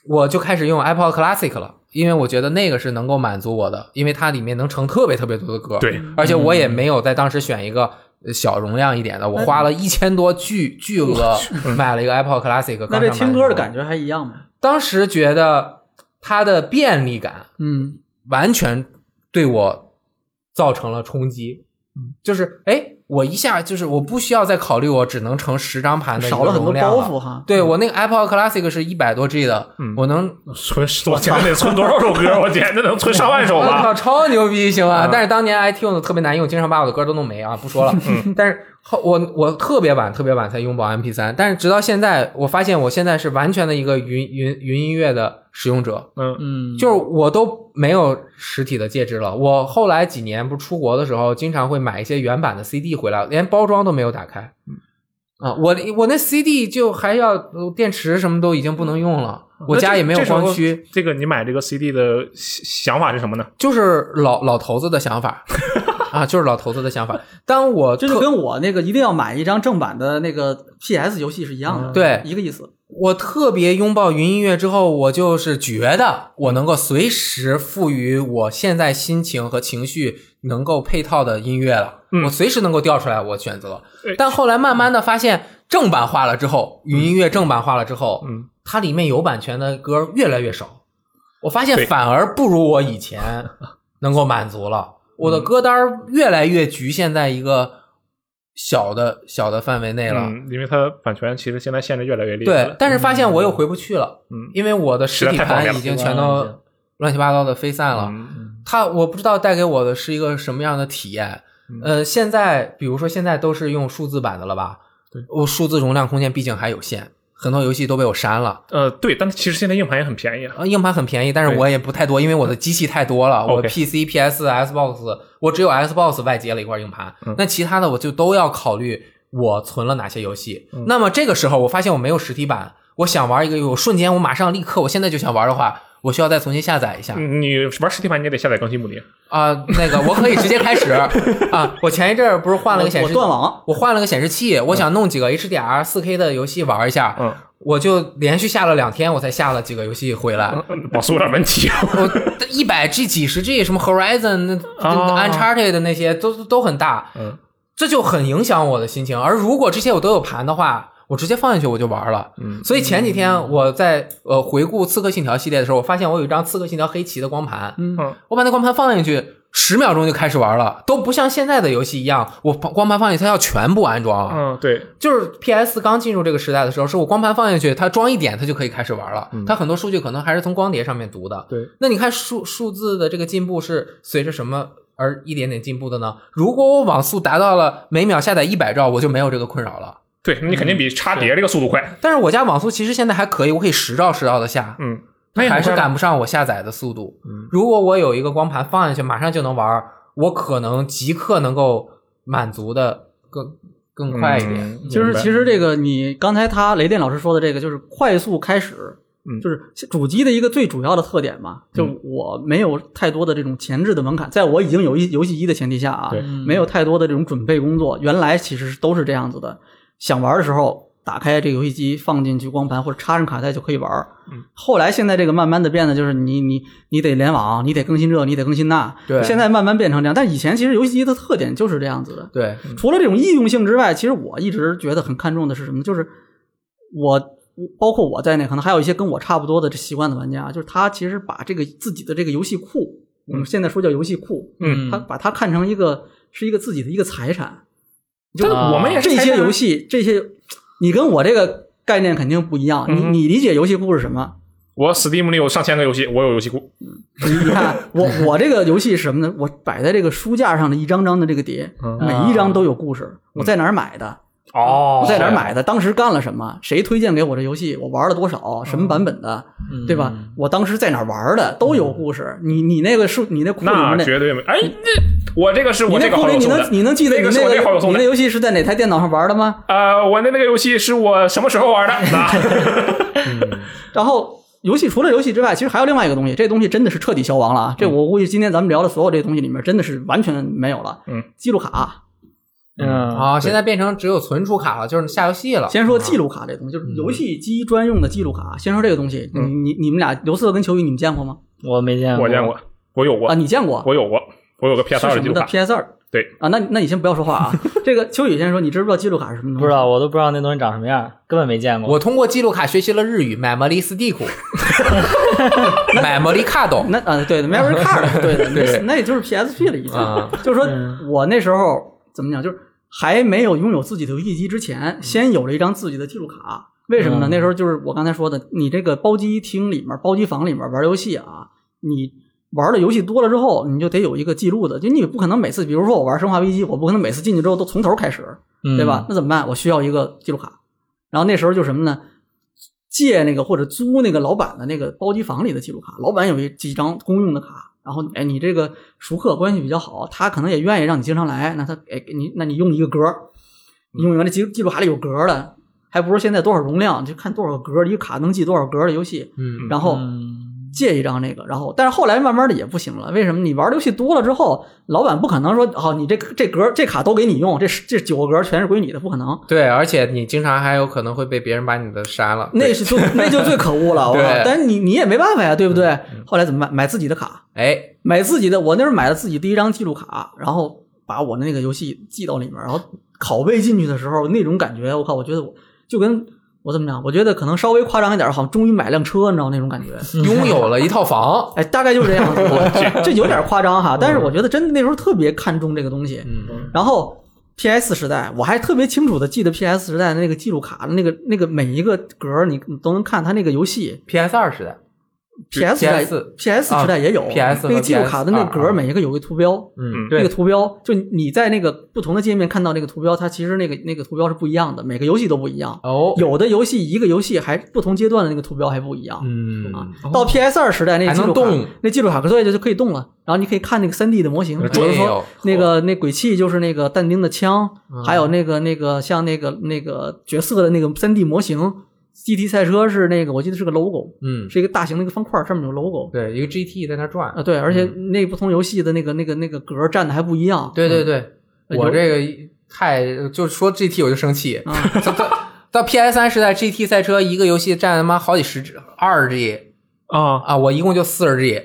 S2: 我就开始用 iPod Classic 了，因为我觉得那个是能够满足我的，因为它里面能盛特别特别多的歌。，
S3: 对，
S2: 而且
S1: 嗯
S2: 我也没有在当时选一个呃小容量一点的，我花了一千多巨巨额买了一个 iPod Classic。
S1: 那这听歌的感
S2: 觉，
S1: 觉还一样吗？
S2: 当时觉得它的便利感
S1: 嗯，
S2: 完全对我造成了冲击。
S1: 嗯
S2: 就是哎，我一下就是我不需要再考虑我只能盛十张盘的一个
S1: 少了很多
S2: 容量
S1: 包袱哈。
S2: 对我那个 iPod Classic 是一百多 G 的，
S3: 嗯
S2: 我能
S3: 存我天得存多少首歌？我天，那能存上万首
S2: 我
S3: 吧？
S2: 靠，超牛逼，行吧
S3: 嗯？
S2: 但是当年 iTunes 特别难用，经常把我的歌都弄没啊，不说了。
S3: 嗯
S2: 但是后我我特别晚，特别晚才拥抱 MP 3但是直到现在，我发现我现在是完全的一个云云云音乐的使用者，
S3: 嗯
S1: 嗯，
S2: 就是我都没有实体的戒指了。我后来几年不是出国的时候，经常会买一些原版的 CD 回来，连包装都没有打开。
S1: 嗯
S2: 啊，我我那 CD 就还要呃电池什么都已经不能用了，
S1: 嗯
S2: 我家也没有光驱。。
S3: 这个你买这个 CD 的想法是什么呢？
S2: 就是老老头子的 想法啊，就是老头子的想法。当我
S1: 这就
S2: 特
S1: 跟我那个一定要买一张正版的那个 PS 游戏是一样的，
S3: 嗯
S2: 对
S1: 一个意思。
S2: 我特别拥抱云音乐之后，我就是觉得我能够随时赋予我现在心情和情绪能够配套的音乐了，
S3: 嗯
S2: 我随时能够调出来我选择
S3: 对。
S2: 但后来慢慢的发现，正版化了之后，云音乐正版化了之后，
S3: 嗯，
S2: 它里面有版权的歌越来越少，我发现
S3: 对
S2: 反而不如我以 前能够满足了。我
S3: 嗯
S2: 的歌单儿越来越局限在一个小的小的范围内了，
S3: 嗯，因为它版权其实现在限制越来越厉害
S2: 对
S3: 了。，
S2: 但是发现我又回不去了，
S3: 嗯
S2: 因为我的实体
S3: 实在太方便
S2: 盘
S3: 了
S2: 已经全都乱七八糟的飞散了。
S3: 嗯
S2: 它我不知道带给我的是一个什么样的体验。
S3: 嗯
S2: 呃，现在比如说现在都是用数字版的了吧？
S3: 对，
S2: 我数字容量空间毕竟还有限，很多游戏都被我删了。
S3: 呃，对，但是其实现在硬盘也很便宜啊。
S2: 呃，硬盘很便宜，但是
S3: 对
S2: 我也不太多，因为我的机器太多了，我
S3: OK
S2: PC、PS、Xbox，我只有 Xbox 外接了一块硬盘，
S3: 嗯
S2: 那其他的我就都要考虑我存了哪些游戏。
S3: 嗯
S2: 那么这个时候，我发现我没有实体版，我想玩一个游戏，我瞬间我马上立刻，我现在就想玩的话，我需要再重新下载一下啊、啊
S3: 嗯你玩实体盘你也得下载更新补丁。
S2: 那个我可以直接 开始啊。我前一阵儿不是换了个
S1: 我
S2: 显
S1: 我
S2: 示，
S1: 断网，
S2: 我换了个显示器，我想弄几个 HDR 4K 的游戏玩一下，
S3: 嗯，
S2: 我就连续下了两天，我才下了几个游戏回来。
S3: 嗯网速有点问题。
S2: 我一百 G、几十 G，什么 Horizon、那
S3: 啊
S2: Uncharted 的那些都都很大，
S3: 嗯
S2: 这就很影响我的心情。而如果这些我都有盘的话，我直接放进去我就玩了。
S3: 嗯
S2: 所以前几天我在呃回顾《刺客信条》系列的时候，我发现我有一张《刺客信条：黑旗》的光盘，
S1: 嗯
S3: 嗯
S2: 我把那光盘放进去。十秒钟就开始玩了，都不像现在的游戏一样，我把光盘放进去它要全部安装啊。
S3: 嗯，对，
S2: 就是 PS 刚进入这个时代的时候，是我光盘放进去，它装一点，它就可以开始玩了。
S3: 嗯
S2: 它很多数据可能还是从光碟上面读的。
S3: 对，
S2: 那你看数数字的这个进步是随着什么而一点点进步的呢？如果我网速达到了每秒下载一百兆，我就没有这个困扰了。
S3: 对，你肯定
S2: 嗯
S3: 比插碟这个速度快。
S2: 但是我家网速其实现在还可以，我可以十兆十兆的下，
S3: 嗯，那也
S2: 还是
S3: 很快
S2: 赶
S3: 了
S2: 不上我下载的速度
S3: 嗯。
S2: 如果我有一个光盘放进去，马上就能玩，我可能即刻能够满足的更更快一点。
S3: 嗯
S1: 就是
S3: 明白
S1: 其实这个你刚才他雷电老师说的这个，就是快速开始，
S3: 嗯
S1: 就是主机的一个最主要的特点嘛，就我没有太多的这种前置的门槛，在我已经有一游戏一的前提下啊
S3: 对，
S1: 没有太多的这种准备工作，原来其实都是这样子的，想玩的时候打开这个游戏机放进去光盘或者插上卡带就可以玩儿
S3: 嗯。
S1: 后来现在这个慢慢的变得就是你你你得联网，你得更新这，你得更新那。
S2: 对
S1: 现在慢慢变成这样，但以前其实游戏机的特点就是这样子的。
S2: 对，
S1: 除了这种易用性之外，其实我一直觉得很看重的是什么？就是我包括我在内，可能还有一些跟我差不多的这习惯的玩家，啊就是他其实把这个自己的这个游戏库，我们现在说叫游戏库，
S3: 嗯
S1: 他把它看成一个是一个自己的一个财产。
S3: 但是我们也是
S1: 这
S3: 拆
S1: 些
S3: 弹啊
S1: 游戏，这些你跟我这个概念肯定不一样。你
S3: 嗯
S1: 你理解游戏库是什么？
S3: 我 Steam 里有上千个游戏，我有游戏库。
S1: 你 看我我这个游戏是什么呢？我摆在这个书架上的一张张的这个碟，
S3: 嗯
S1: 每一张都有故事。我在哪儿买的？
S3: 哦
S1: 我在哪儿？买的？当时干了什么？谁推荐给我这游戏？我玩了多少？什
S3: 嗯
S1: 么版本的？对吧？我当时在哪儿玩的？都有故事。你你那个数，你那库里面
S3: 嗯那
S1: 那。
S3: 绝对没。哎，这我这个是
S1: 你
S3: 我
S1: 那
S3: 这个
S1: 库
S3: 好
S1: 里
S3: 友
S1: 你
S3: 送
S1: 能
S3: 的。
S1: 你能记得
S3: 那
S1: 你
S3: 个是
S1: 那
S3: 我这个好友
S1: 个
S3: 送
S1: 你那
S3: 的。
S1: 游戏是在哪台电脑上玩的吗？
S3: 呃，我的那个游戏是我什么时候玩 的？啊
S1: 然后游戏除了游戏之外，其实还有另外一个东西，这东西真的是彻底消亡了啊！
S3: 嗯
S1: 这我估计今天咱们聊的所有这东西里面，真的是完全没有了。
S3: 嗯，
S1: 记录卡，
S4: 嗯，
S2: 啊，现在变成只有存储卡了，就是下游戏了。啊
S1: 先说记录卡这东西，就是游戏机专用的记录卡。先说这个东西，你
S3: 嗯
S1: 你你们俩刘四跟球宇，你们见过吗？
S4: 我没见过，
S3: 我见过，我有过
S1: 啊，，你见过？
S3: 我有过，我有个 PS
S1: 嗯是
S3: 二
S1: 什
S3: 记
S1: 么
S3: 录
S1: 的
S3: 卡。
S1: PS 二？
S3: 对
S1: 啊，那那你先不要说 话啊。这个秋雨先说，你知不知道记录卡是什么东西？
S4: 不知道，我都不知道那东西长什么样，根本没见过。
S2: 我通过记录卡学习了日语，买 m e m o r y stick，买 m e m o r y card。
S1: 那啊，对的，Memory Card，对的，
S2: 对
S1: 那那也就是 PSP 了，已经。
S2: 啊
S1: 就是说
S4: 嗯
S1: 我那时候怎么讲，就是还没有拥有自己的游戏机之
S3: 嗯
S1: 前，先有了一张自己的记录卡。为什么呢？
S4: 嗯
S1: 那时候就是我刚才说的，你这个包机厅里面、包机房里面玩游戏啊，你。玩的游戏多了之后，你就得有一个记录的，就你不可能每次，比如说我玩《生化危机》，我不可能每次进去之后都从头开始，
S4: 嗯
S1: 对吧？？那怎么办？我需要一个记录卡。然后那时候就什么呢？借那个或者租那个老板的那个包机房里的记录卡，老板有一几张公用的卡。然后，哎，你这个熟客关系比较好，他可能也愿意让你经常来，那他哎给你，那你用一个格儿，你用一个那记记录卡里有格儿的，还不如现在多少容量，就看多少个格儿，一个卡能记多少格儿的游戏。
S2: 嗯，
S1: 然后
S4: 嗯
S1: 借一张那个，然后但是后来慢慢的也不行了，为什么？你玩游戏多了之后，老板不可能说哦，你这这格这卡都给你用，这十这九个格全是归你的，不可能，
S2: 对，而且你经常还有可能会被别人把你的删了。
S1: 那是就那就最可恶了，我靠
S2: 对！
S1: 但是你你也没办法呀，对不对？后来怎么办？买自己的卡，
S2: 哎，
S1: 买自己的，我那时候买了自己第一张记录卡，然后把我的那个游戏记到里面，然后拷贝进去的时候那种感觉，我靠，我觉得我就跟我怎么讲？我觉得可能稍微夸张一点，好像终于买辆车，你知道那种感觉。
S2: 拥有了一套 房。
S1: 哎，大概就是这 样子，我这有点夸张哈，但是我觉得真的那时候特别看重这个东西。
S2: 嗯，
S1: 然后 PS 时代，我还特别清楚的记得 PS 时代的那个记录卡的那个那个每一个格儿，你都能看它那个游戏。
S2: PS 二时代，
S1: PS 时代 PS 时代也有、
S2: 啊，PS
S1: 那个记录卡的那
S2: 和
S1: 个格
S2: PS2
S1: 儿，每一个有个图标。
S2: 嗯，
S1: 那个
S2: 啊对，
S1: 图标，就你在那个不同的界面看到那个图标，它其实那个那个图标是不一样的，每个游戏都不一样。
S2: 哦，
S1: 有的游戏一个游戏还不同阶段的那个图标还不一样。
S2: 嗯
S1: 啊，到 PS 二时代那
S2: 还
S1: 技
S2: 能
S1: 术卡
S2: 动，
S1: 那技术卡所以就就可以动了，然后你可以看那个三 D 的模型，比如
S2: 哎
S1: 说
S2: 呦
S1: 那个那鬼泣就是那个但丁的枪，
S2: 嗯
S1: 还有那个那个像那个那个角色的那个三 D 模型，GT 赛车是那个我记得是个 logo，
S2: 嗯，
S1: 是一个大型的一个方块，上面有 logo
S2: 对，一个 GT 在那转
S1: 啊，。对，而且那不同游戏的那个那个那个格儿占的还不一样，
S2: 嗯对对对，
S1: 嗯
S2: 我
S1: 有
S2: 这个一太就说 GT 我就生气。
S1: 啊，
S2: 到到到 PS 三时代，GT 赛车一个游戏占他妈好几十 G，二 G
S1: 嗯
S3: 啊，
S2: 啊，我一共就四十 G，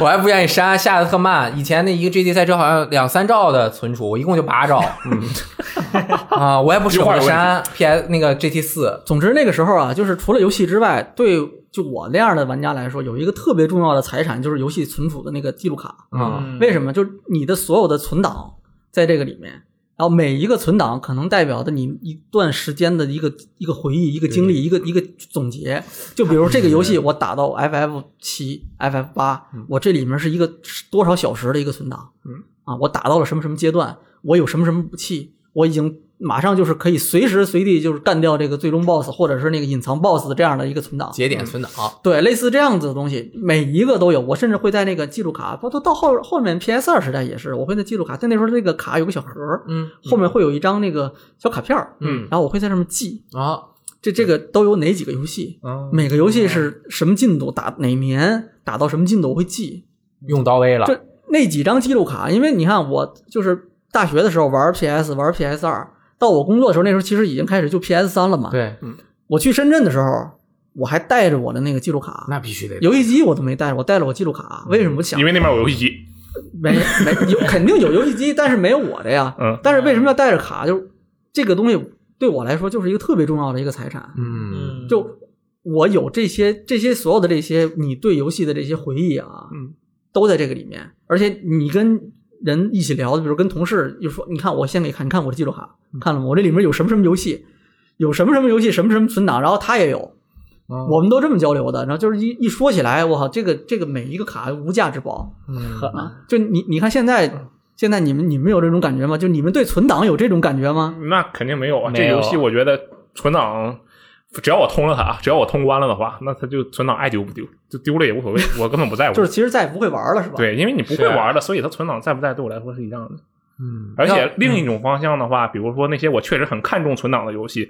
S2: 我还不愿意删，下的特慢。以前那一个 GT 赛车好像两三兆的存储，我一共就八兆。嗯，啊，我也不舍
S3: 优化
S2: 得
S3: 的问题
S2: 删 PS 那个 GT 四。
S1: 总之那个时候啊，就是除了游戏之外，对就我那样的玩家来说，有一个特别重要的财产就是游戏存储的那个记录卡。
S2: 嗯，
S1: 为什么？就是你的所有的存档在这个里面，然后每一个存档可能代表的你一段时间的一个一个回忆、一个经历、一个一个总结。就比如这个游戏，我打到 FF 七、FF 八，我这里面是一个多少小时的一个存档？
S3: 嗯，
S1: 啊，我打到了什么什么阶段，我有什么什么武器，我已经。马上就是可以随时随地就是干掉这个最终 BOSS 或者是那个隐藏 BOSS 的这样的一个存档，
S2: 节点存档，
S1: 对，类似这样子的东西，每一个都有。我甚至会在那个记录卡，包括到后后面 PS 二时代也是，我会在记录卡，但那时候那个卡有个小盒儿，
S2: 嗯
S1: 后面会有一张那个小卡片儿，
S3: 嗯
S1: 然后我会在上面记
S2: 啊，
S1: 这这个都有哪几个游戏，每个游戏是什么进度，打哪年打到什么进度，我会记。
S2: 用到位了。
S1: 这那几张记录卡，因为你看我就是大学的时候玩 PS 玩 PS 二，到我工作的时候，那时候其实已经开始就 PS 三了嘛。
S2: 对，
S1: 我去深圳的时候，我还带着我的那个记录卡，
S2: 那必须得
S1: 游戏机我都没带，我带了我记录卡。为什么想
S3: 因为那边有游戏机，
S1: 没没有肯定有游戏机，但是没有我的呀。
S3: 嗯
S1: 但是为什么要带着卡？就是这个东西对我来说就是一个特别重要的一个财产。
S2: 嗯，
S4: 嗯，
S1: 就我有这些这些所有的这些你对游戏的这些回忆啊，
S3: 嗯，
S1: 都在这个里面。而且你跟人一起聊，比如跟同事就说，你看我先给你看，你看我的记录卡，
S3: 嗯
S1: 看了吗？我这里面有什么什么游戏，有什么什么游戏，什么什么存档，然后他也有。我们都这么交流的，然后就是一一说起来，我靠，这个这个每一个卡无价之宝，
S4: 呵
S1: 啊，就你你看现在现在你们你们有这种感觉吗？就你们对存档有这种感觉吗？
S3: 那肯定没有啊。这
S4: 没有
S3: 游戏我觉得存档，只要我通了它，只要我通关了的话，那它就存档爱丢不丢，就丢了也无所谓，我根本不在乎。
S1: 就是其实再也不会玩了，是吧？，
S3: 对，因为你不
S2: 是
S3: 会玩的，所以它存档在不在对我来说是一样的。
S2: 嗯，
S3: 而且另一种方向的话，比如说那些我确实很看重存档的游戏，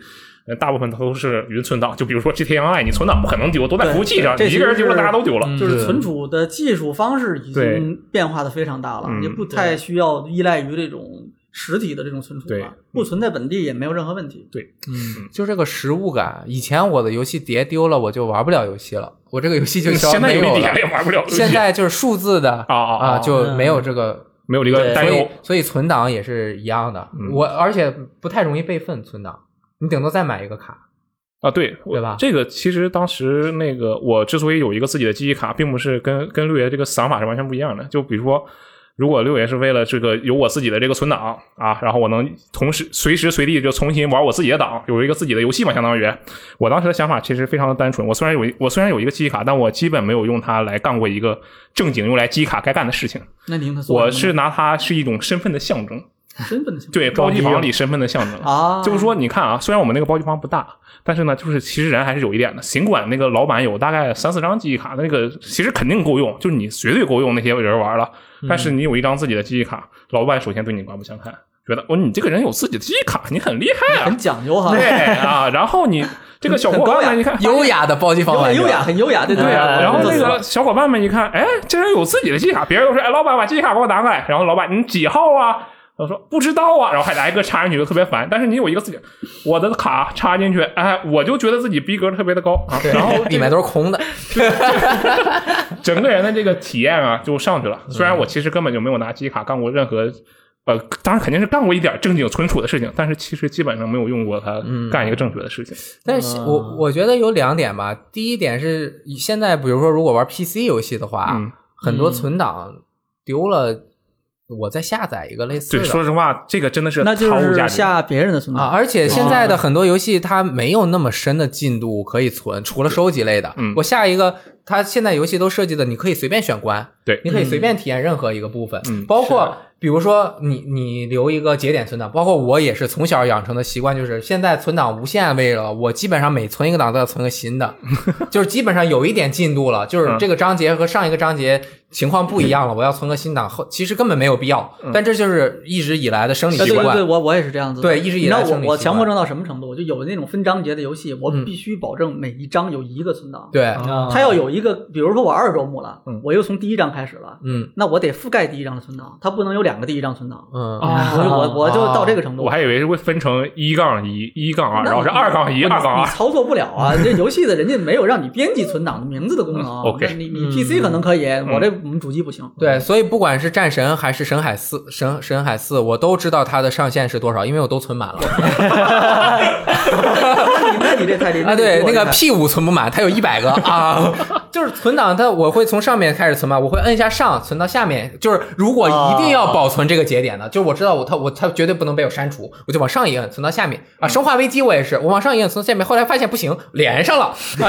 S3: 呃大部分都是云存档。就比如说 GTA Online，你存档不可能丢，都在服务器上，
S1: 对
S3: 你一个人
S1: 这其实
S3: 丢了，
S1: 是
S3: 大家都丢了。
S2: 嗯
S1: 就是
S2: 对
S1: 存储的技术方式已
S3: 对
S1: 经变化的非常大了，
S3: 嗯
S1: 也不太需要依赖于这种实体的这种存储
S3: 对嗯
S1: 了，不存在本地也没有任何问题。
S2: 嗯，就这个实物感。以前我的游戏碟丢了，我就玩不了游戏了，我这个游戏就稍微
S3: 嗯现在
S2: 没
S3: 有一
S2: 有
S3: 点
S2: 了。
S3: 也玩不了游戏，
S2: 现在就是数字的
S3: 啊啊啊
S2: 啊，就没有这个，
S3: 没有这个
S4: 对
S3: 担
S2: 所以
S3: 忧。
S2: 所以存档也是一样的。
S3: 嗯
S2: 我而且不太容易备份存档，你顶多再买一个 卡。
S3: 啊，对，我
S2: 对吧
S3: 这个其实当时那个我之所以有一个自己的记忆卡，并不是跟跟六爷这个想法是完全不一样的。就比如说，如果六爷是为了这个有我自己的这个存档啊，然后我能同时随时随地就重新玩我自己的档，有一个自己的游戏嘛，相当于我当时的想法其实非常的单纯。我虽然有一我虽然有一个记忆卡，但我基本没有用它来干过一个正经用来记忆卡该干的事情。
S1: 那您的做
S3: 我
S1: 法呢
S3: 是拿它是一种身份的象征，
S1: 身份的情况
S3: 对高级房里身份的象征
S1: 啊，
S3: 就是说，你看啊，虽然我们那个包机房不大，但是呢，就是其实人还是有一点的。尽管那个老板有大概三四张记忆卡，那个其实肯定够用，就是你绝对够用那些人玩了。
S1: 嗯
S3: 但是你有一张自己的记忆卡，老板首先对你刮目相看，觉得哦，你这个人有自己的记忆卡，你很厉害啊
S1: 很，讲究哈，
S3: 对啊。然后你这个小伙
S1: 很高
S3: 伴
S1: 雅
S3: 们一看，
S2: 优雅的暴击方
S1: 有
S2: 玩
S1: 点
S2: 家
S1: 优雅，，很优雅，对
S3: 对
S1: 呀、
S3: 啊，
S4: 哎
S3: 然后
S1: 做
S3: 那
S1: 死
S3: 个
S1: 了
S3: 小伙伴们一看，哎，这人有自己的记忆卡，别人都说，哎，老板把记忆卡给我拿过来。然后老板，你几号啊？他说不知道啊，然后还来一个插进去，就特别烦。但是你有一个自己，我的卡插进去，哎，我就觉得自己逼格特别的高啊，
S2: 对
S3: 然后
S2: 里面都是空
S3: 嗯
S2: 的。
S3: 整个人的这个体验啊就上去了。虽然我其实根本就没有拿记忆卡干过任何，呃，当然肯定是干过一点正经存储的事情，但是其实基本上没有用过它干一个正确的事情。
S2: 但是我我觉得有两点吧。第一点是现在，比如说如果玩 PC 游戏的话，
S3: 嗯
S2: 很多存档丢了，我再下载一个类似
S3: 对，
S2: 的。
S3: 说实话，这个真的是
S1: 那就
S3: 毫无价
S1: 是
S3: 值。
S1: 下别人的存
S2: 啊，
S1: 档。
S2: 而且现在
S3: 嗯
S2: 的很多游戏它没有那么深的进度可以存，除了收集类的。
S3: 嗯
S2: 我下一个，它现在游戏都设计的，你可以随便选关，
S3: 对
S2: 你可以随便体验任何一个部分，
S3: 嗯
S2: 包括比如说你你留一个节点存档，包括我也是从小养成的习惯，就是现在存档无限位了，我基本上每存一个档都要存个新 的，就是基本上有一点进度了，
S3: 嗯
S2: 就是这个章节和上一个章节情况不一样了，我要存个新档，后其实根本没有必要，
S3: 嗯
S2: 但这就是一直以来的生理
S1: 哎
S2: 习
S1: 对对
S2: 惯
S1: 对，。我我也是这样子的。
S2: 对一直以
S1: 你知
S2: 来
S1: 道
S2: 生理
S1: 我我
S2: 习
S1: 强
S2: 惯
S1: 迫症到什么程度？就有那种分章节的游戏，我
S2: 嗯
S1: 必须保证每一章有一个存档。
S2: 对，
S4: 啊
S1: 它要有一个，比如说我二十周目了
S3: 嗯，
S1: 我又从第一章开始了，
S2: 嗯
S1: 那我得覆盖第一章的存档，它不能有两个第一章存档。
S2: 嗯
S4: 啊
S1: 我就我我就到这个程度，
S3: 我还以为是会分成一杠一、一杠二，然后是二杠一、
S1: 那你
S3: 二杠
S1: 你
S3: 二
S1: 你。操作不了啊！这游戏的人家没有让你编辑存档的名字的功能。
S3: OK
S1: 那你你 PC 可能可以，我这我们主机不行。
S2: 嗯 对，所以不管是战神还是神海四神神海四，我都知道它的上限是多少，因为我都存满了
S1: 那你那你这太厉害
S2: 啊。对，那个
S1: 屁
S2: P 五存不满，它有一百个啊，就是存档它我会从上面开始存嘛，我会摁一下上存到下面，就是如果一定要保存这个节点的，就是我知道我它我它绝对不能被我删除，我就往上一摁存到下面啊。生化危机我也是，我往上一摁存到下面，后来发现不行，连上了啊，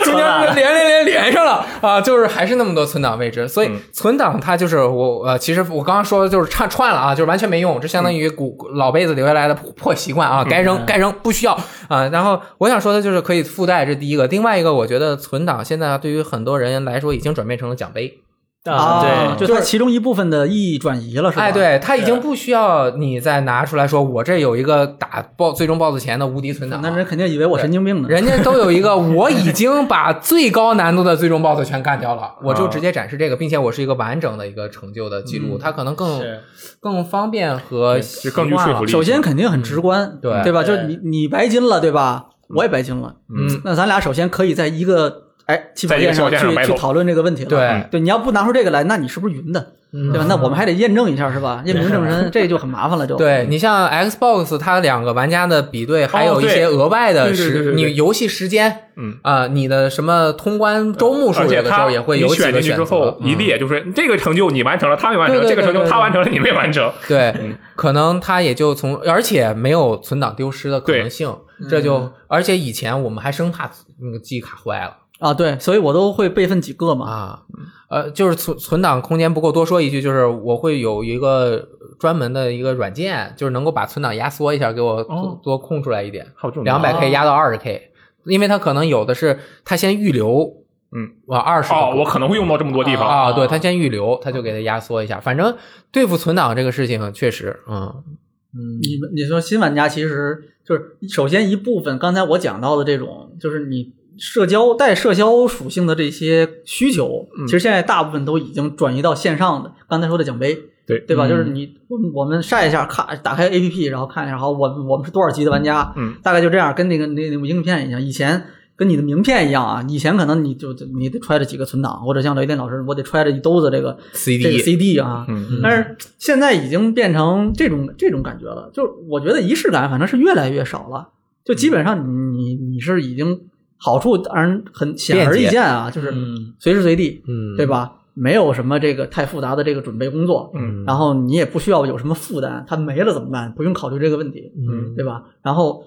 S2: 中间连连连连上了啊，就是还是那么多存档位置，所以
S3: 嗯
S2: 存档它就是我呃，其实我刚刚说的就是串串了啊，就是完全没用，这相当于古古老辈子留下来的破破习惯啊，该扔该扔，不需要啊。然后我想说的就是可以附带，这第一个，另外一个我觉得存档现在对于很多人来说已经转变成了奖杯。
S4: 啊，对，
S1: 就它其中一部分的意义转移了，是吧？
S2: 哎，，对，它已经不需要你再拿出来说，我这有一个打 BOSS 最终 BOSS 前的无敌存档，
S1: 那 人肯定以为我神经病呢。
S2: 人家都有一个，我已经把最高难度的最终 BOSS 全干掉了，我就直接展示这个，并且我是一个完整的一个成就的记录，它可能更
S4: 是
S2: 更方便和
S3: 就更具说服力。
S1: 首先肯定很直观，
S2: 对
S1: 对吧？就
S4: 对
S1: 是你你白金了，对吧？我也白金了，
S2: 嗯，
S1: 那咱俩首先可以在一个哎起跑线
S3: 在一个起
S1: 上
S3: 跑线上
S1: 去
S3: 白
S1: 去
S3: 头
S1: 讨论这个问题了。
S2: 对
S1: 对，你要不拿出这个来，那你是不是云的？
S2: 嗯
S1: 对吧？那我们还得验证一下，是吧？验明正 身，这就很麻烦了，就。
S2: 对你像 Xbox，它两个玩家的比哦对，还有一些额外的
S3: 对对对
S2: 时，
S3: 对对
S2: 你游戏时间，
S3: 嗯
S2: 啊，你的什么通关周目数，
S3: 而且
S2: 有的时
S3: 他
S2: 候也会有
S3: 你
S2: 几
S3: 选
S2: 个
S3: 进去
S2: 选
S3: 之
S2: 择
S3: 后，一
S2: 嗯
S3: 列就是这个成就你完成了，他没完成；
S2: 对对
S3: 这个成
S2: 对
S3: 就
S2: 对
S3: 他完成了，你没完 成。
S2: 对，可能它也就从，而且没有存档丢失的可能性，
S1: 嗯
S2: 这就，而且以前我们还生怕那个记忆卡坏了
S1: 啊，对，所以我都会备份几个嘛。
S2: 啊，
S1: 嗯
S2: 呃，就是存存档空间不够，多说一句，就是我会有一个专门的一个软件，就是能够把存档压缩一下，给我多
S3: 哦
S2: 多空出来一点，
S3: 好，这种
S2: 两百
S3: 哦
S2: K 压到二十 K，因为它可能有的是它先预留，
S3: 嗯，
S2: 我二十
S3: 哦，我可能会用到这么多地方。
S2: 啊，对，它先预留，它就
S3: 嗯
S2: 给它压缩一下，反正对付存档这个事情确实，嗯嗯。
S1: 你们你说新玩家其实就是首先一部分，刚才我讲到的这种，就是你社交带社交属性的这些需求，
S3: 嗯
S1: 其实现在大部分都已经转移到线上的。刚才说的奖杯，
S3: 对
S1: 对吧？
S2: 嗯
S1: 就是你我们我们晒一下，看打开 APP，然后看一下，好，我们我们是多少级的玩家，
S3: 嗯，
S1: 大概就这样，跟那个那那个名片一样，以前。跟你的名片一样啊，以前可能你就就你得揣着几个存档，或者像雷电老师，我得揣着一兜子这个
S2: CD
S1: 这
S3: E
S1: 个 CD 啊，
S3: 嗯，
S1: 但是现在已经变成这种这种感觉了，就是我觉得仪式感反正是越来越少了，就基本上你你你是已经好处当然很显而易见啊，就是
S4: 嗯
S1: 随时随地，
S2: 嗯
S1: 对吧？没有什么这个太复杂的这个准备工作，
S3: 嗯
S1: 然后你也不需要有什么负担，它没了怎么办？不用考虑这个问题，
S2: 嗯
S1: 对吧？然后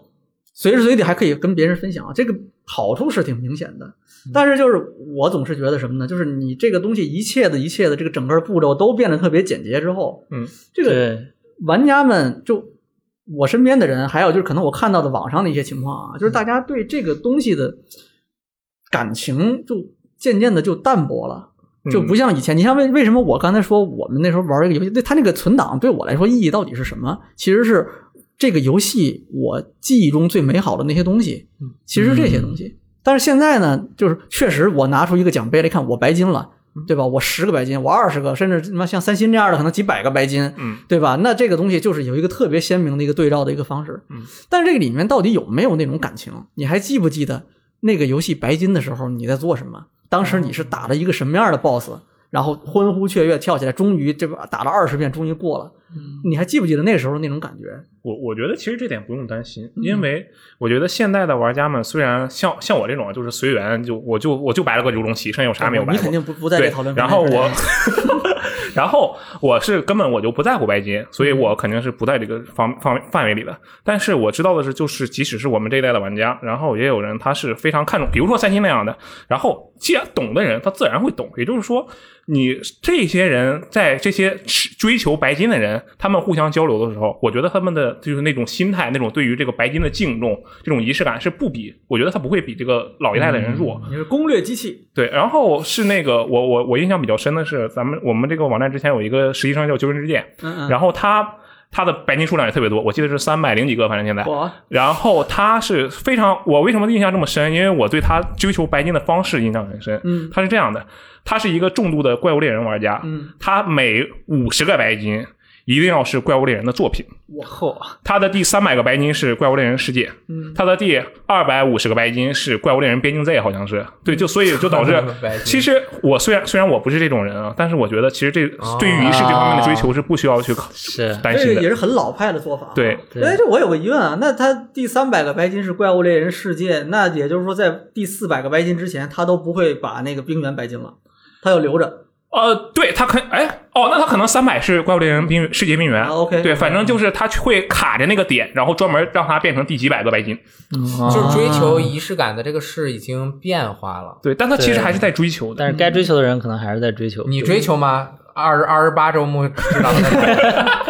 S1: 随时随地还可以跟别人分享，这个好处是挺明显的。
S3: 嗯
S1: 但是就是我总是觉得什么呢？就是你这个东西一切的一切的这个整个步骤都变得特别简洁之后，
S3: 嗯，
S1: 这个
S4: 对，
S1: 玩家们就我身边的人，还有就是可能我看到的网上的一些情况啊，就是大家对这个东西的感情就渐渐的就淡薄了。就不像以前，你像为为什么我刚才说我们那时候玩这个游戏，对它那个存档对我来说意义到底是什么？其实是这个游戏我记忆中最美好的那些东西，其实是这些东西。但是现在呢，就是确实我拿出一个奖杯来看，我白金了，对吧？我十个白金，我二十个，甚至他妈像三星这样的可能几百个白金，
S3: 嗯，
S1: 对吧？那这个东西就是有一个特别鲜明的一个对照的一个方式。
S3: 嗯，
S1: 但是这个里面到底有没有那种感情？你还记不记得那个游戏白金的时候你在做什么？当时你
S3: 哦
S1: 是打了一个什么样的 BOSS？然后欢呼雀跃跳起来，终于这把打了二十遍，终于过了。
S3: 嗯
S1: 你还记不记得那时候那种感觉？
S3: 我我觉得其实这点不用担心，
S2: 嗯
S3: 因为我觉得现在的玩家们虽然像像我这种啊就是随缘，就我就我就白了个如龙骑，剩下我啥没有白
S1: 你
S3: 过。
S1: 肯定不不在这
S3: 对
S1: 讨论。
S3: 然后我， 然后我是根本我就不在乎白金，所以我肯定是不在这个方方范围里的。但是我知道的是，就是即使是我们这一代的玩家，然后也有人他是非常看重，比如说三星那样的。然后既然懂的人，他自然会懂。也就是说，你这些人在这些吃追求白金的人，他们互相交流的时候，我觉得他们的就是那种心态，那种对于这个白金的敬重，这种仪式感是不比，我觉得他不会比这个老一代的人弱。
S1: 你是攻略机器，
S3: 对，然后是那个我我我印象比较深的是，咱们我们这个网站之前有一个实习生叫《求生之剑》，
S1: 嗯嗯，
S3: 然后他他的白金数量也特别多，我记得是三百零几个，反正现在。
S1: 我
S3: 然后他是非常，我为什么印象这么深？因为我对他追求白金的方式印象很深。
S1: 嗯
S3: 他是这样的，他是一个重度的怪物猎人玩家，
S1: 嗯，
S3: 他每五十个白金一定要是怪物猎人的作品。
S1: 我后
S3: 他的第三百个白金是《怪物猎人世界》，
S1: 嗯
S3: 他的第二百五十个白金是《怪物猎人边境 Z》，好像是对，就所以就导 致
S2: 白金，
S3: 其实我虽然虽然我不是这种人啊，但是我觉得其实这
S2: 哦
S3: 对于仪式这方面的追求是不需要去考
S4: 啊是
S3: 担
S1: 这
S3: 心
S1: 个也
S3: 的。
S1: 是很老派的做法。
S3: 对，
S4: 对
S1: 哎，这我有个疑问啊，那他第三百个白金是怪物猎人世界，那也就是说在第四百个白金之前，他都不会把那个冰原白金了，他要留着。
S3: 呃，对他可哎哦，那他可能三百是《怪物猎人冰世界冰原》
S1: 啊，OK
S3: 对，反正就是他会卡着那个点，然后专门让他变成第几百个白金。啊
S2: 就是追求仪式感的这个事已经变化了。
S3: 对，但他其实
S4: 对
S3: 还是在追求的。
S4: 但是该追求的人可能还是在追求。
S2: 你追求吗？二十二十八周目知道了，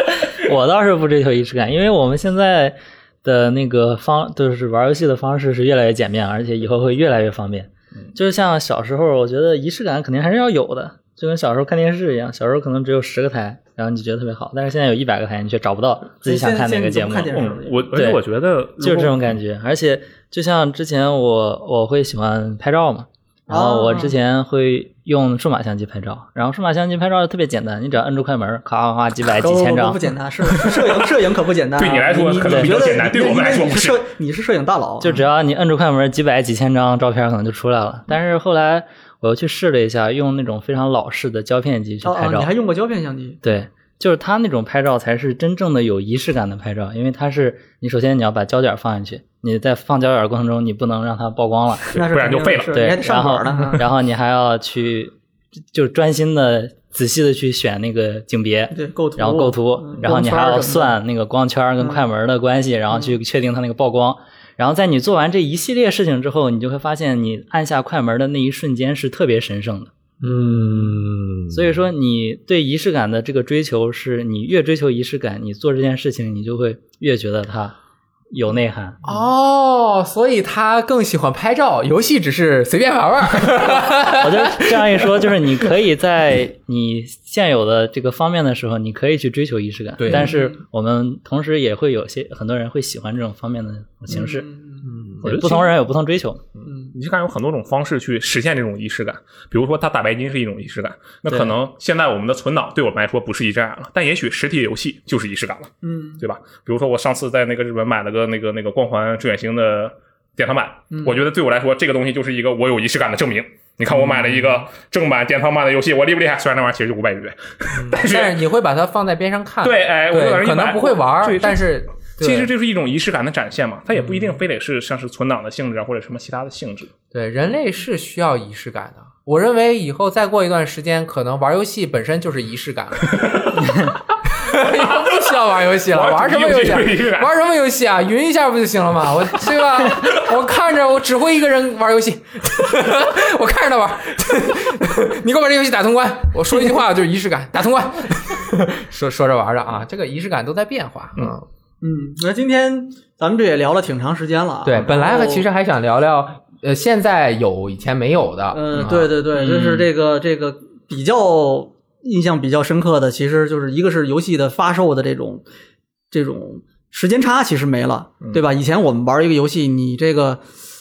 S4: 我倒是不追求仪式感，因为我们现在的那个方就是玩游戏的方式是越来越简便，而且以后会越来越方便。就是像小时候，我觉得仪式感肯定还是要有的，就跟小时候看电视一样，小时候可能只有十个台，然后你觉得特别好，但是现在有一百个台，你却找不到自己想看哪个节目。
S1: 现在现在你怎么看电视
S3: 嗯，我而且
S4: 对
S3: 我觉得如
S4: 就是
S3: 果
S4: 这种感觉。而且就像之前我我会喜欢拍照嘛，然后我
S1: 哦
S4: 之前会用数码相机拍照，然后数码相机拍照特别简单，你只要摁住快门，咔咔咔几百
S1: 不
S4: 几
S1: 哦
S4: 千
S1: 不不
S4: 张
S1: 不，简单，摄 摄影摄影可不简单啊。
S3: 对你来说可能
S1: 你
S3: 比较
S1: 觉得
S3: 简单对我们来说
S1: 你
S3: 不是
S1: 摄你是摄影大佬啊，
S4: 就只要你摁住快门，几百几千张照片可能就出来了。但是后来我又去试了一下，用那种非常老式的胶片机去
S1: 哦
S4: 拍
S1: 哦，
S4: 照
S1: 你，还用过胶片相机？
S4: 对。就是它那种拍照才是真正的有仪式感的拍照，因为它是你首先你要把胶卷放进去，你在放胶卷的过程中你不能让它曝光了，
S1: 那是
S3: 不然就
S1: 肯定
S3: 废了
S1: 是
S4: 对，
S1: 你还得上
S4: 然后
S1: 本呢。啊
S4: 然后你还要去就专心的、仔细的去选那个景别，
S1: 对，构图，
S4: 然后构图
S1: 嗯，
S4: 然后你还
S1: 光圈儿
S4: 要
S1: 什么的嗯
S4: 算那个光圈跟快门的关系，然后去确定它那个曝光。然后在你做完这一系列事情之后，你就会发现，你按下快门的那一瞬间是特别神圣的。
S2: 嗯，
S4: 所以说，你对仪式感的这个追求，是你越追求仪式感，你做这件事情，你就会越觉得它有内涵。
S2: 哦，所以他更喜欢拍照，游戏只是随便玩 玩。
S4: 我就这样一说，就是你可以在你现有的这个方面的时候，你可以去追求仪式感。
S2: 对
S4: 但是我们同时也会有些很多人会喜欢这种方面的形式。
S1: 嗯
S3: 我觉得
S4: 不同人有不同追求，
S1: 嗯
S3: 你就看有很多种方式去实现这种仪式感，比如说他打白金是一种仪式感，那
S4: 对
S3: 可能现在我们的存档对我们来说不是仪式感了，但也许实体游戏就是仪式感了，
S1: 嗯
S3: 对吧？比如说我上次在那个日本买了个那个那个光环志远星的典藏版，
S1: 嗯
S3: 我觉得对我来说这个东西就是一个我有仪式感的证明。你看我买了一
S2: 嗯
S3: 个正版典藏版的游戏，我厉不厉害？虽然那玩意儿其实就五百日元，但是
S2: 但是你会把它放在边上看，
S3: 对，哎，我
S2: 啊对，可能不会玩儿，但
S3: 是。
S2: 是对嗯
S3: 其实这是一种仪式感的展现嘛，它也不一定非得是像是存档的性质啊，或者什么其他的性质。
S2: 对人类是需要仪式感的。我认为以后再过一段时间，可能玩游戏本身就是仪式感了。 以后不需要玩游戏了，
S3: 玩
S2: 玩什么游戏啊？
S3: 主机游戏就是仪式感
S2: 玩什么游戏啊？云一下不就行了吗？我对吧？我看着我只会一个人玩游戏， 我看着他玩。 你给我把这游戏打通关，我说一句话就是仪式感，打通关。 说说着玩着啊，这个仪式感都在变化。嗯，
S1: 嗯，那今天咱们这也聊了挺长时间了啊。
S2: 对，本来
S3: 哦
S1: 然后
S2: 其实还想聊聊，呃，现在有以前没有的。啊
S1: 嗯，对对对，就是这个这个比较印象比较深刻的，其实就是一个是游戏的发售的这种这种时间差，其实没了，对吧？以前我们玩一个游戏，你这个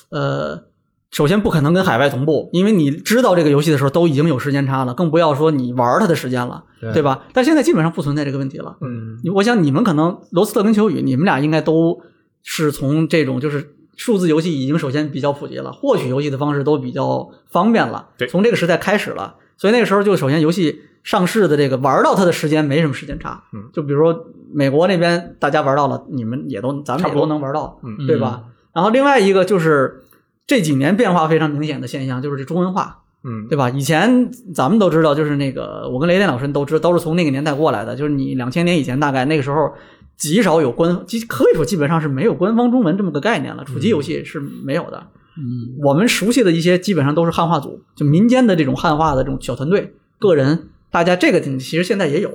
S1: 呃。首先不可能跟海外同步，因为你知道这个游戏的时候都已经有时间差了，更不要说你玩它的时间了，
S2: 对
S1: 对吧？但现在基本上不存在这个问题了。
S2: 嗯，
S1: 我想你们可能罗斯特跟秋雨，你们俩应该都是从这种就是数字游戏已经首先比较普及了，获取游戏的方式都比较方便了，
S3: 对
S1: 从这个时代开始了，所以那个时候就首先游戏上市的这个玩到它的时间没什么时间差，
S3: 嗯，
S1: 就比如说美国那边大家玩到了，你们也都咱们
S3: 差
S1: 也
S3: 不多
S1: 都能玩到，
S3: 嗯
S1: 对吧？然后另外一个就是这几年变化非常明显的现象就是这中文化，
S3: 嗯，
S1: 对吧？以前咱们都知道，就是那个我跟雷电老师都知都是从那个年代过来的，就是你两千年以前大概那个时候极少有官，基可以说基本上是没有官方中文这么个概念了，主机游戏是没有的。
S4: 嗯，
S1: 我们熟悉的一些基本上都是汉化组，就民间的这种汉化的这种小团队、个人，大家这个其实现在也有，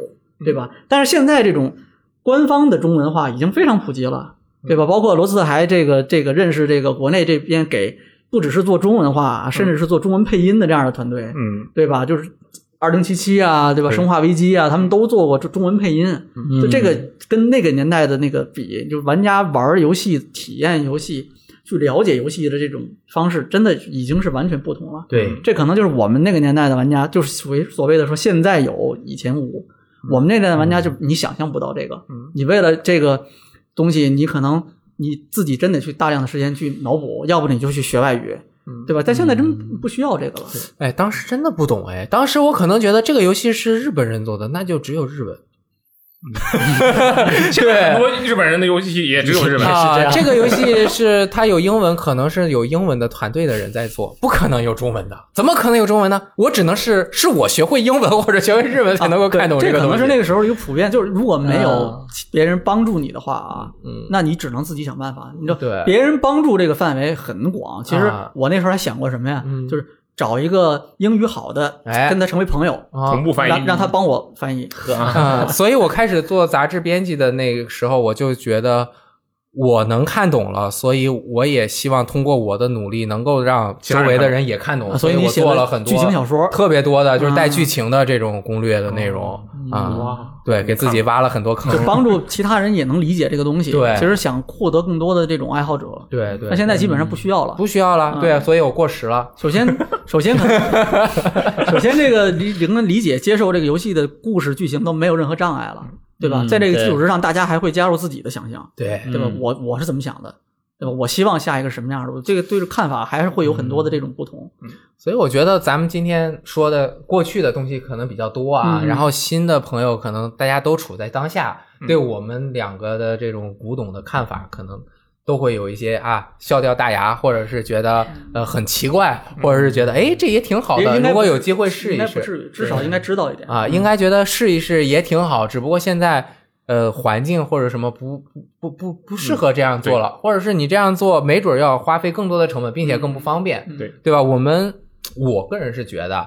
S1: 对吧？但是现在这种官方的中文化已经非常普及了，对吧？包括罗斯特还这个这个认识这个国内这边给不只是做中文化，啊甚至是做中文配音的这样的团队，
S3: 嗯，
S1: 对吧？就是二零七七啊，对吧？
S3: 对
S1: 生化危机啊，他们都做过中中文配音。
S4: 嗯
S1: 就这个跟那个年代的那个比，就玩家玩游戏、体验游戏、去了解游戏的这种方式，真的已经是完全不同了。
S2: 对，
S1: 这可能就是我们那个年代的玩家，就是所谓所谓的说现在有以前无。
S2: 嗯
S1: 我们那代的玩家就你想象不到这个，你为了这个东西，你可能你自己真得去大量的时间去脑补，要不你就去学外语，
S2: 嗯
S1: 对吧？但现在真不需要这个了。
S2: 哎，当时真的不懂哎，当时我可能觉得这个游戏是日本人做的，那就只有日本。
S3: 现在很多日本人的游戏也只有日本。
S2: 啊、
S4: 这样
S2: 这个游戏是它有英文，可能是有英文的团队的人在做，不可能有中文的，怎么可能有中文呢？我只能是是我学会英文或者学会日文才能够看懂
S1: 这可
S2: 个东
S1: 能
S2: 西。
S1: 是那个时候一个普遍，就是如果没有
S4: 嗯
S1: 别人帮助你的话啊，
S2: 嗯
S1: 那你只能自己想办法。你知道，
S2: 对
S1: 别人帮助这个范围很广。其实
S2: 啊
S1: 我那时候还想过什么呀？
S2: 嗯
S1: 就是找一个英语好的，
S2: 哎
S1: 跟他成为朋友，
S2: 啊
S3: 同步翻
S1: 让
S3: 译
S1: 让他帮我翻译。
S2: 嗯 啊、所以我开始做杂志编辑的那个时候，我就觉得我能看懂了，所以我也希望通过我的努力，能够让
S3: 其
S2: 周
S3: 他人
S2: 围的
S3: 看
S2: 人也看懂。
S1: 啊
S2: 所
S1: 所以你
S2: 我
S1: 写
S2: 做
S1: 了
S2: 了很多
S1: 剧情小说哦
S2: 特别多的就是带
S1: 啊
S2: 剧情的这种攻略的内容啊。
S3: 哇，
S2: 对，给自己挖了很多坑
S1: 嗯就。帮助其他人也能理解这个东西。
S2: 对
S1: 其实想获得更多的这种爱好者，
S2: 对对，
S1: 那现在基本嗯上不需要了。
S2: 不需要了。对，所以我过时了。
S1: 首先，首先可能， 首先这个理能理解、接受这个游戏的故事剧情都没有任何障碍了，对吧？
S4: 嗯
S1: 在这个基础之上，大家还会加入自己的想象，
S2: 对
S1: 对吧？
S4: 嗯
S1: 我我是怎么想的，对吧？我希望下一个什么样的，这个对着看法还是会有很多的这种不同。
S2: 嗯所以我觉得咱们今天说的过去的东西可能比较多啊，
S1: 嗯
S2: 然后新的朋友可能大家都处在当下，对我们两个的这种古董的看法可能。都会有一些啊，笑掉大牙，或者是觉得呃很奇怪，或者是觉得哎这也挺好
S1: 也
S2: 的，
S1: 啊嗯应该
S2: 如果
S1: 不
S2: 有机会试
S1: 应该
S2: 一
S1: 不
S2: 试
S1: 至于，至少应该嗯知道一点。
S2: 啊，应该觉得试一试也挺好。只不过现在呃环境或者什么不不不不不
S1: 嗯
S2: 适合这样做了，或者是你这样做没准儿要花费更多的成本，并且更不方便。
S1: 嗯
S3: 对
S2: 对吧？我们我个人是觉得，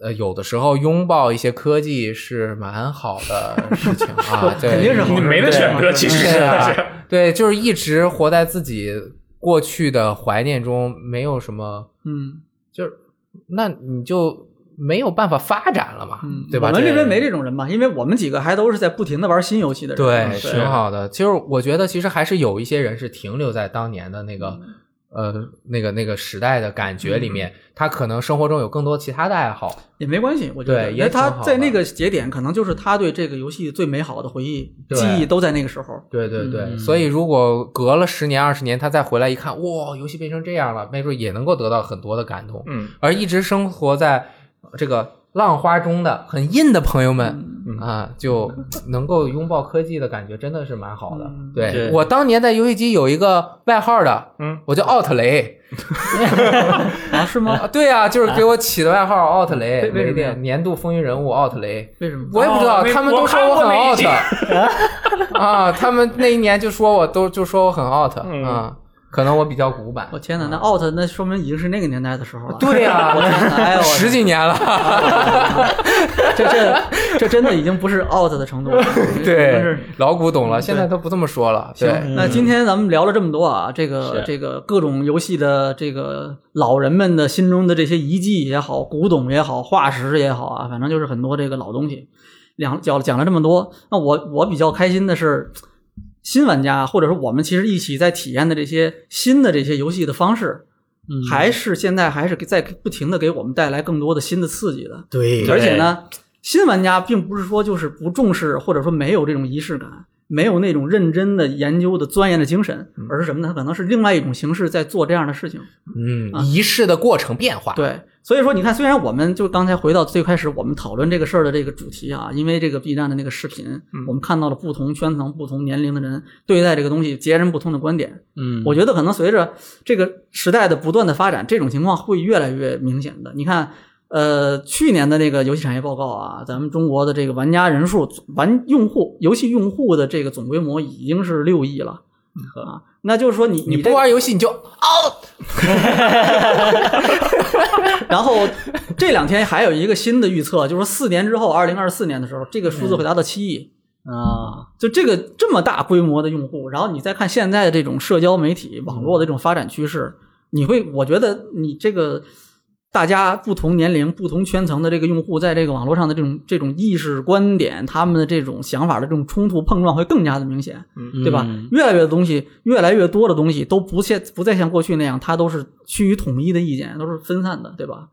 S2: 呃，有的时候拥抱一些科技是蛮好的事情 啊，对
S1: 肯定是好
S3: 你
S1: 事
S3: 没得
S1: 对
S3: 选择，其实
S2: 是啊
S3: 是，
S2: 对，就是一直活在自己过去的怀念中，没有什么，
S1: 嗯
S2: 就是那你就没有办法发展了嘛，
S1: 嗯，
S2: 对吧？
S1: 我们这边没
S2: 这
S1: 这种人嘛，因为我们几个还都是在不停的玩新游戏的人。
S2: 对，
S3: 是
S2: 挺好的。就是我觉得，其实还是有一些人是停留在当年的那个、
S1: 嗯
S2: 呃那个那个时代的感觉里面，他可能生活中有更多其他的爱好。
S1: 也没关系，我觉得，
S2: 对
S1: 因
S2: 也
S1: 为他
S2: 挺好
S1: 在那
S2: 的
S1: 个节点，可能就是他对这个游戏最美好的回忆、
S2: 对
S1: 记忆都在那个时候。
S2: 对对对，
S4: 嗯
S2: 所以如果隔了十年二十年，他再回来一看，哇，游戏变成这样了，没准也能够得到很多的感动。
S3: 嗯，
S2: 而一直生活在这个浪花中的很硬的朋友们。
S3: 嗯
S2: 啊，就能够拥抱科技的感觉真的是蛮好的。
S1: 嗯
S2: 对
S4: 对
S2: 我当年在游戏机有一个外号的，
S3: 嗯，
S2: 我叫奥特雷。
S1: 啊，是吗？
S2: 啊对呀、就是给我起的外号奥特雷，
S1: 嗯为为什么呀
S2: 年年度风云人物奥特雷。
S1: 为什么？
S2: 我也不知道，
S3: 哦那
S2: 他们都说
S3: 我
S2: 很
S3: 看过那一
S2: out
S3: 集
S2: 啊，他们那一年就说我都就说我很 out
S3: 嗯
S2: 啊，可能我比较古板
S1: 我。天哪，那 out 那说明已经是那个年代的时候了。
S2: 对呀
S1: 我天哪，哎呦，
S2: 十几年了，
S1: 这这这真的已经不是 out 的程度了。真
S2: 对
S1: 是，
S2: 老古董了，现在都不这么说了。对，
S1: 那今天咱们聊了这么多啊，这个
S4: 是
S1: 这个各种游戏的这个老人们的心中的这些遗迹也好，古董也好，化石也好啊，反正就是很多这个老东西。两讲讲了这么多，那我我比较开心的是，新玩家或者说我们其实一起在体验的这些新的这些游戏的方式，还是现在还是在不停的给我们带来更多的新的刺激的。
S2: 对
S1: 而且呢，新玩家并不是说就是不重视或者说没有这种仪式感，没有那种认真的研究的钻研的精神，而是什么呢？可能是另外一种形式在做这样的事情。
S2: 嗯，仪式的过程变化，
S1: 对，所以说你看，虽然我们就刚才回到最开始我们讨论这个事儿的这个主题啊，因为这个 B 站的那个视频，我们看到了不同圈层、不同年龄的人对待这个东西截然不同的观点。
S4: 嗯，
S1: 我觉得可能随着这个时代的不断的发展，这种情况会越来越明显的。你看，呃，去年的那个游戏产业报告啊，咱们中国的这个玩家人数、玩用户、游戏用户的这个总规模已经是六亿了啊。那就是说你，你
S2: 你
S1: 这
S2: 不玩游戏你就 out。
S1: 然后这两天还有一个新的预测，就是四年之后，二零二四年的时候，这个数字会达到七亿。
S4: 啊，
S1: 就这个这么大规模的用户，然后你再看现在的这种社交媒体网络的这种发展趋势，你会，我觉得你这个大家不同年龄、不同圈层的这个用户，在这个网络上的这种这种意识观点、他们的这种想法的这种冲突碰撞会更加的明显，对吧？
S4: 嗯
S1: 越来越多东西，越来越多的东西都不像不再像过去那样，它都是趋于统一的意见，都是分散的，对吧？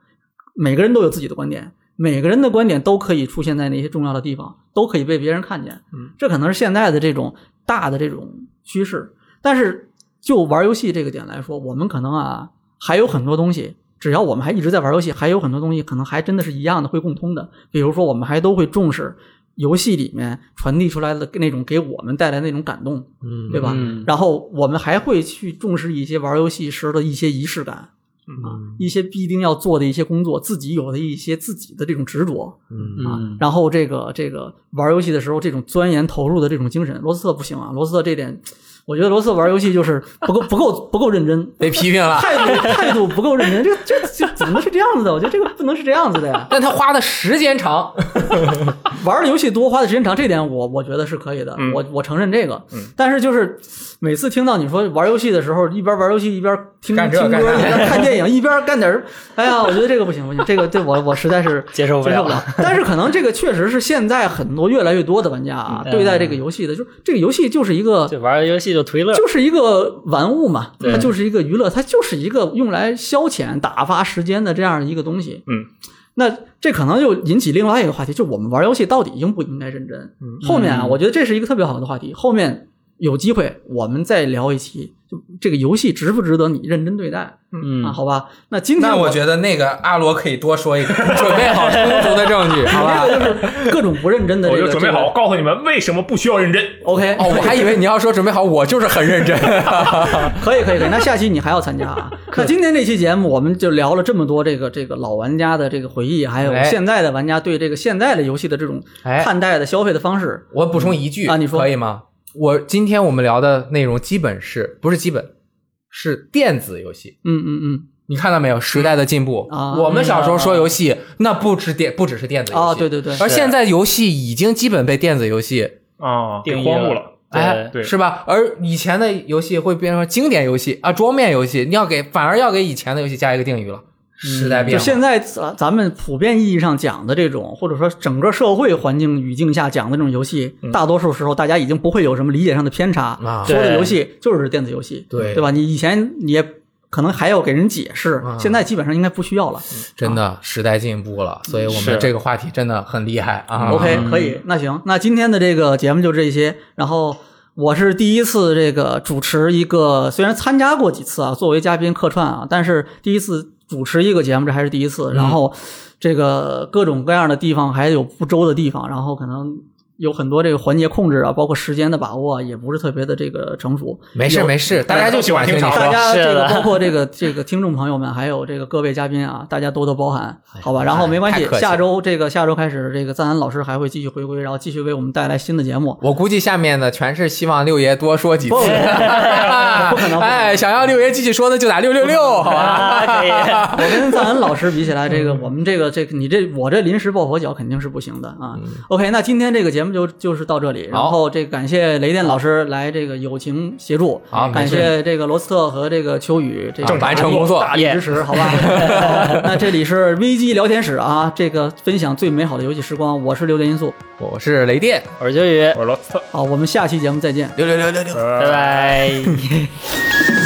S1: 每个人都有自己的观点，每个人的观点都可以出现在那些重要的地方，都可以被别人看见。
S3: 嗯，
S1: 这可能是现在的这种大的这种趋势。但是就玩游戏这个点来说，我们可能啊还有很多东西，只要我们还一直在玩游戏，还有很多东西可能还真的是一样的，会共通的。比如说，我们还都会重视游戏里面传递出来的那种给我们带来那种感动，
S2: 嗯
S1: 对吧？
S4: 嗯
S1: 然后我们还会去重视一些玩游戏时的一些仪式感。啊，一些必定要做的一些工作，自己有的一些自己的这种执着
S2: 嗯
S1: 啊，
S4: 嗯，
S1: 然后这个这个玩游戏的时候，这种钻研投入的这种精神，罗斯特不行啊，罗斯特这点，我觉得罗斯特玩游戏就是不够不够不够认真，
S2: 被批评了，
S1: 态度态度不够认真，这这这怎么能是这样子的？我觉得这个不能是这样子的呀。
S2: 但他花的时间长，
S1: 玩的游戏多，花的时间长，这点我我觉得是可以的，
S3: 嗯
S1: 我我承认这个。
S3: 嗯
S1: 但是就是每次听到你说玩游戏的时候，一边玩游戏一边听
S2: 干这
S1: 听歌，
S2: 干那
S1: 一边看电影，一边干点儿，哎呀，我觉得这个不行不行，这个对我我实在是
S4: 接受不
S1: 接
S4: 了
S1: 受不了。但是可能这个确实是现在很多越来越多的玩家啊，
S4: 嗯
S1: 对待这个游戏的，就是这个游戏就是一个
S4: 就玩儿游戏就图 一乐，
S1: 就是一个玩物嘛，
S4: 对
S1: 它就是一个娱乐，它就是一个用来消遣、打发时间的这样一个东西。
S3: 嗯，
S1: 那这可能就引起另外一个话题，就我们玩游戏到底应不应该认真？后面啊，我觉得这是一个特别好的话题，后面有机会我们再聊一期，就这个游戏值不值得你认真对待、
S4: 嗯
S1: 啊？，好吧，那今天
S2: 那我
S1: 我
S2: 觉得那个阿罗可以多说一点，准备好充足的证据，好 吧？
S1: 就是各种不认真的、这
S3: 我
S1: 个，
S3: 就准备好，我告诉你们为什么不需要认真。
S1: OK，
S2: 哦，我还以为你要说准备好，我就是很认真。
S1: 可以可以可以，那下期你还要参加 啊？那今天这期节目我们就聊了这么多这个这个老玩家的这个回忆，还有
S2: 哎
S1: 现在的玩家对这个现在的游戏的这种
S2: 哎
S1: 看待的消费的方式。
S2: 我补充一句
S1: 啊你说
S2: 可以吗？我今天我们聊的内容基本是不是基本是电子游戏？
S1: 嗯嗯嗯，
S2: 你看到没有？时代的进步，
S1: 啊
S2: 我们小时候说游戏，那不止电，不只是电子游戏，
S1: 哦对对对
S2: 而现在游戏已经基本被电子游戏，
S3: 啊，给
S4: 定义
S3: 荒芜
S4: 了
S3: 了。
S2: 哎，
S3: 对
S2: 是吧？而以前的游戏会变成经典游戏啊，桌面游戏，你要给反而要给以前的游戏加一个定语了，时代
S1: 嗯
S2: 变
S1: 就
S2: 了。
S1: 现在咱咱们普遍意义上讲的这种，或者说整个社会环境语境下讲的这种游戏，大多数时候大家已经不会有什么理解上的偏差
S2: 嗯啊，
S1: 所有的
S4: 对
S1: 游戏就是电子游戏，
S2: 对
S1: 对吧？你以前你也可能还要给人解释，
S2: 啊
S1: 现在基本上应该不需要了。
S2: 真的时代进步了，所以我们
S3: 是
S2: 这个话题真的很厉害啊。
S1: OK，可以，那行，那今天的这个节目就这些。然后我是第一次这个主持一个，虽然参加过几次啊，作为嘉宾客串啊，但是第一次主持一个节目，这还是第一次。然后这个各种各样的地方还有不周的地方，然后可能。有很多这个环节控制啊，包括时间的把握啊，也不是特别的这个成熟。
S2: 没事没事，大家就喜欢听你
S3: 大
S1: 大
S2: 说。
S1: 家
S4: 是
S1: 这个
S4: 的
S1: 包括这个这个听众朋友们，还有这个各位嘉宾啊，大家多多包涵，好吧？
S2: 哎
S1: 然后没关系
S2: 太客，气了
S1: 下周这个下周开始，这个赞恩老师还会继续回归，然后继续为我们带来新的节目。
S2: 我估计下面的全是希望六爷多说几次，
S1: 不 不可能
S2: 哎，想要六爷继续说的就打六六六，好吧？
S4: 啊，可 以，
S1: 我跟赞恩老师比起来，这个
S2: 嗯
S1: 我们这个这个你这我这临时抱佛脚肯定是不行的啊。OK，那今
S2: 嗯
S1: 天这个节目就就是到这里，然后这个感谢雷电老师来这个友情协助，
S2: 好没
S1: 感
S2: 事
S1: 谢这个罗斯特和这个秋雨这个
S2: 正常完成工作
S1: 大力支持，好吧？好那这里是 VG 聊天室啊，这个分享最美好的游戏时光，我是榴莲因素，
S2: 我是雷电，
S4: 我是秋雨，
S3: 我是罗斯特，呃
S1: 好，我们下期节目再见。
S2: 六六六六六。
S3: 拜
S4: 拜拜。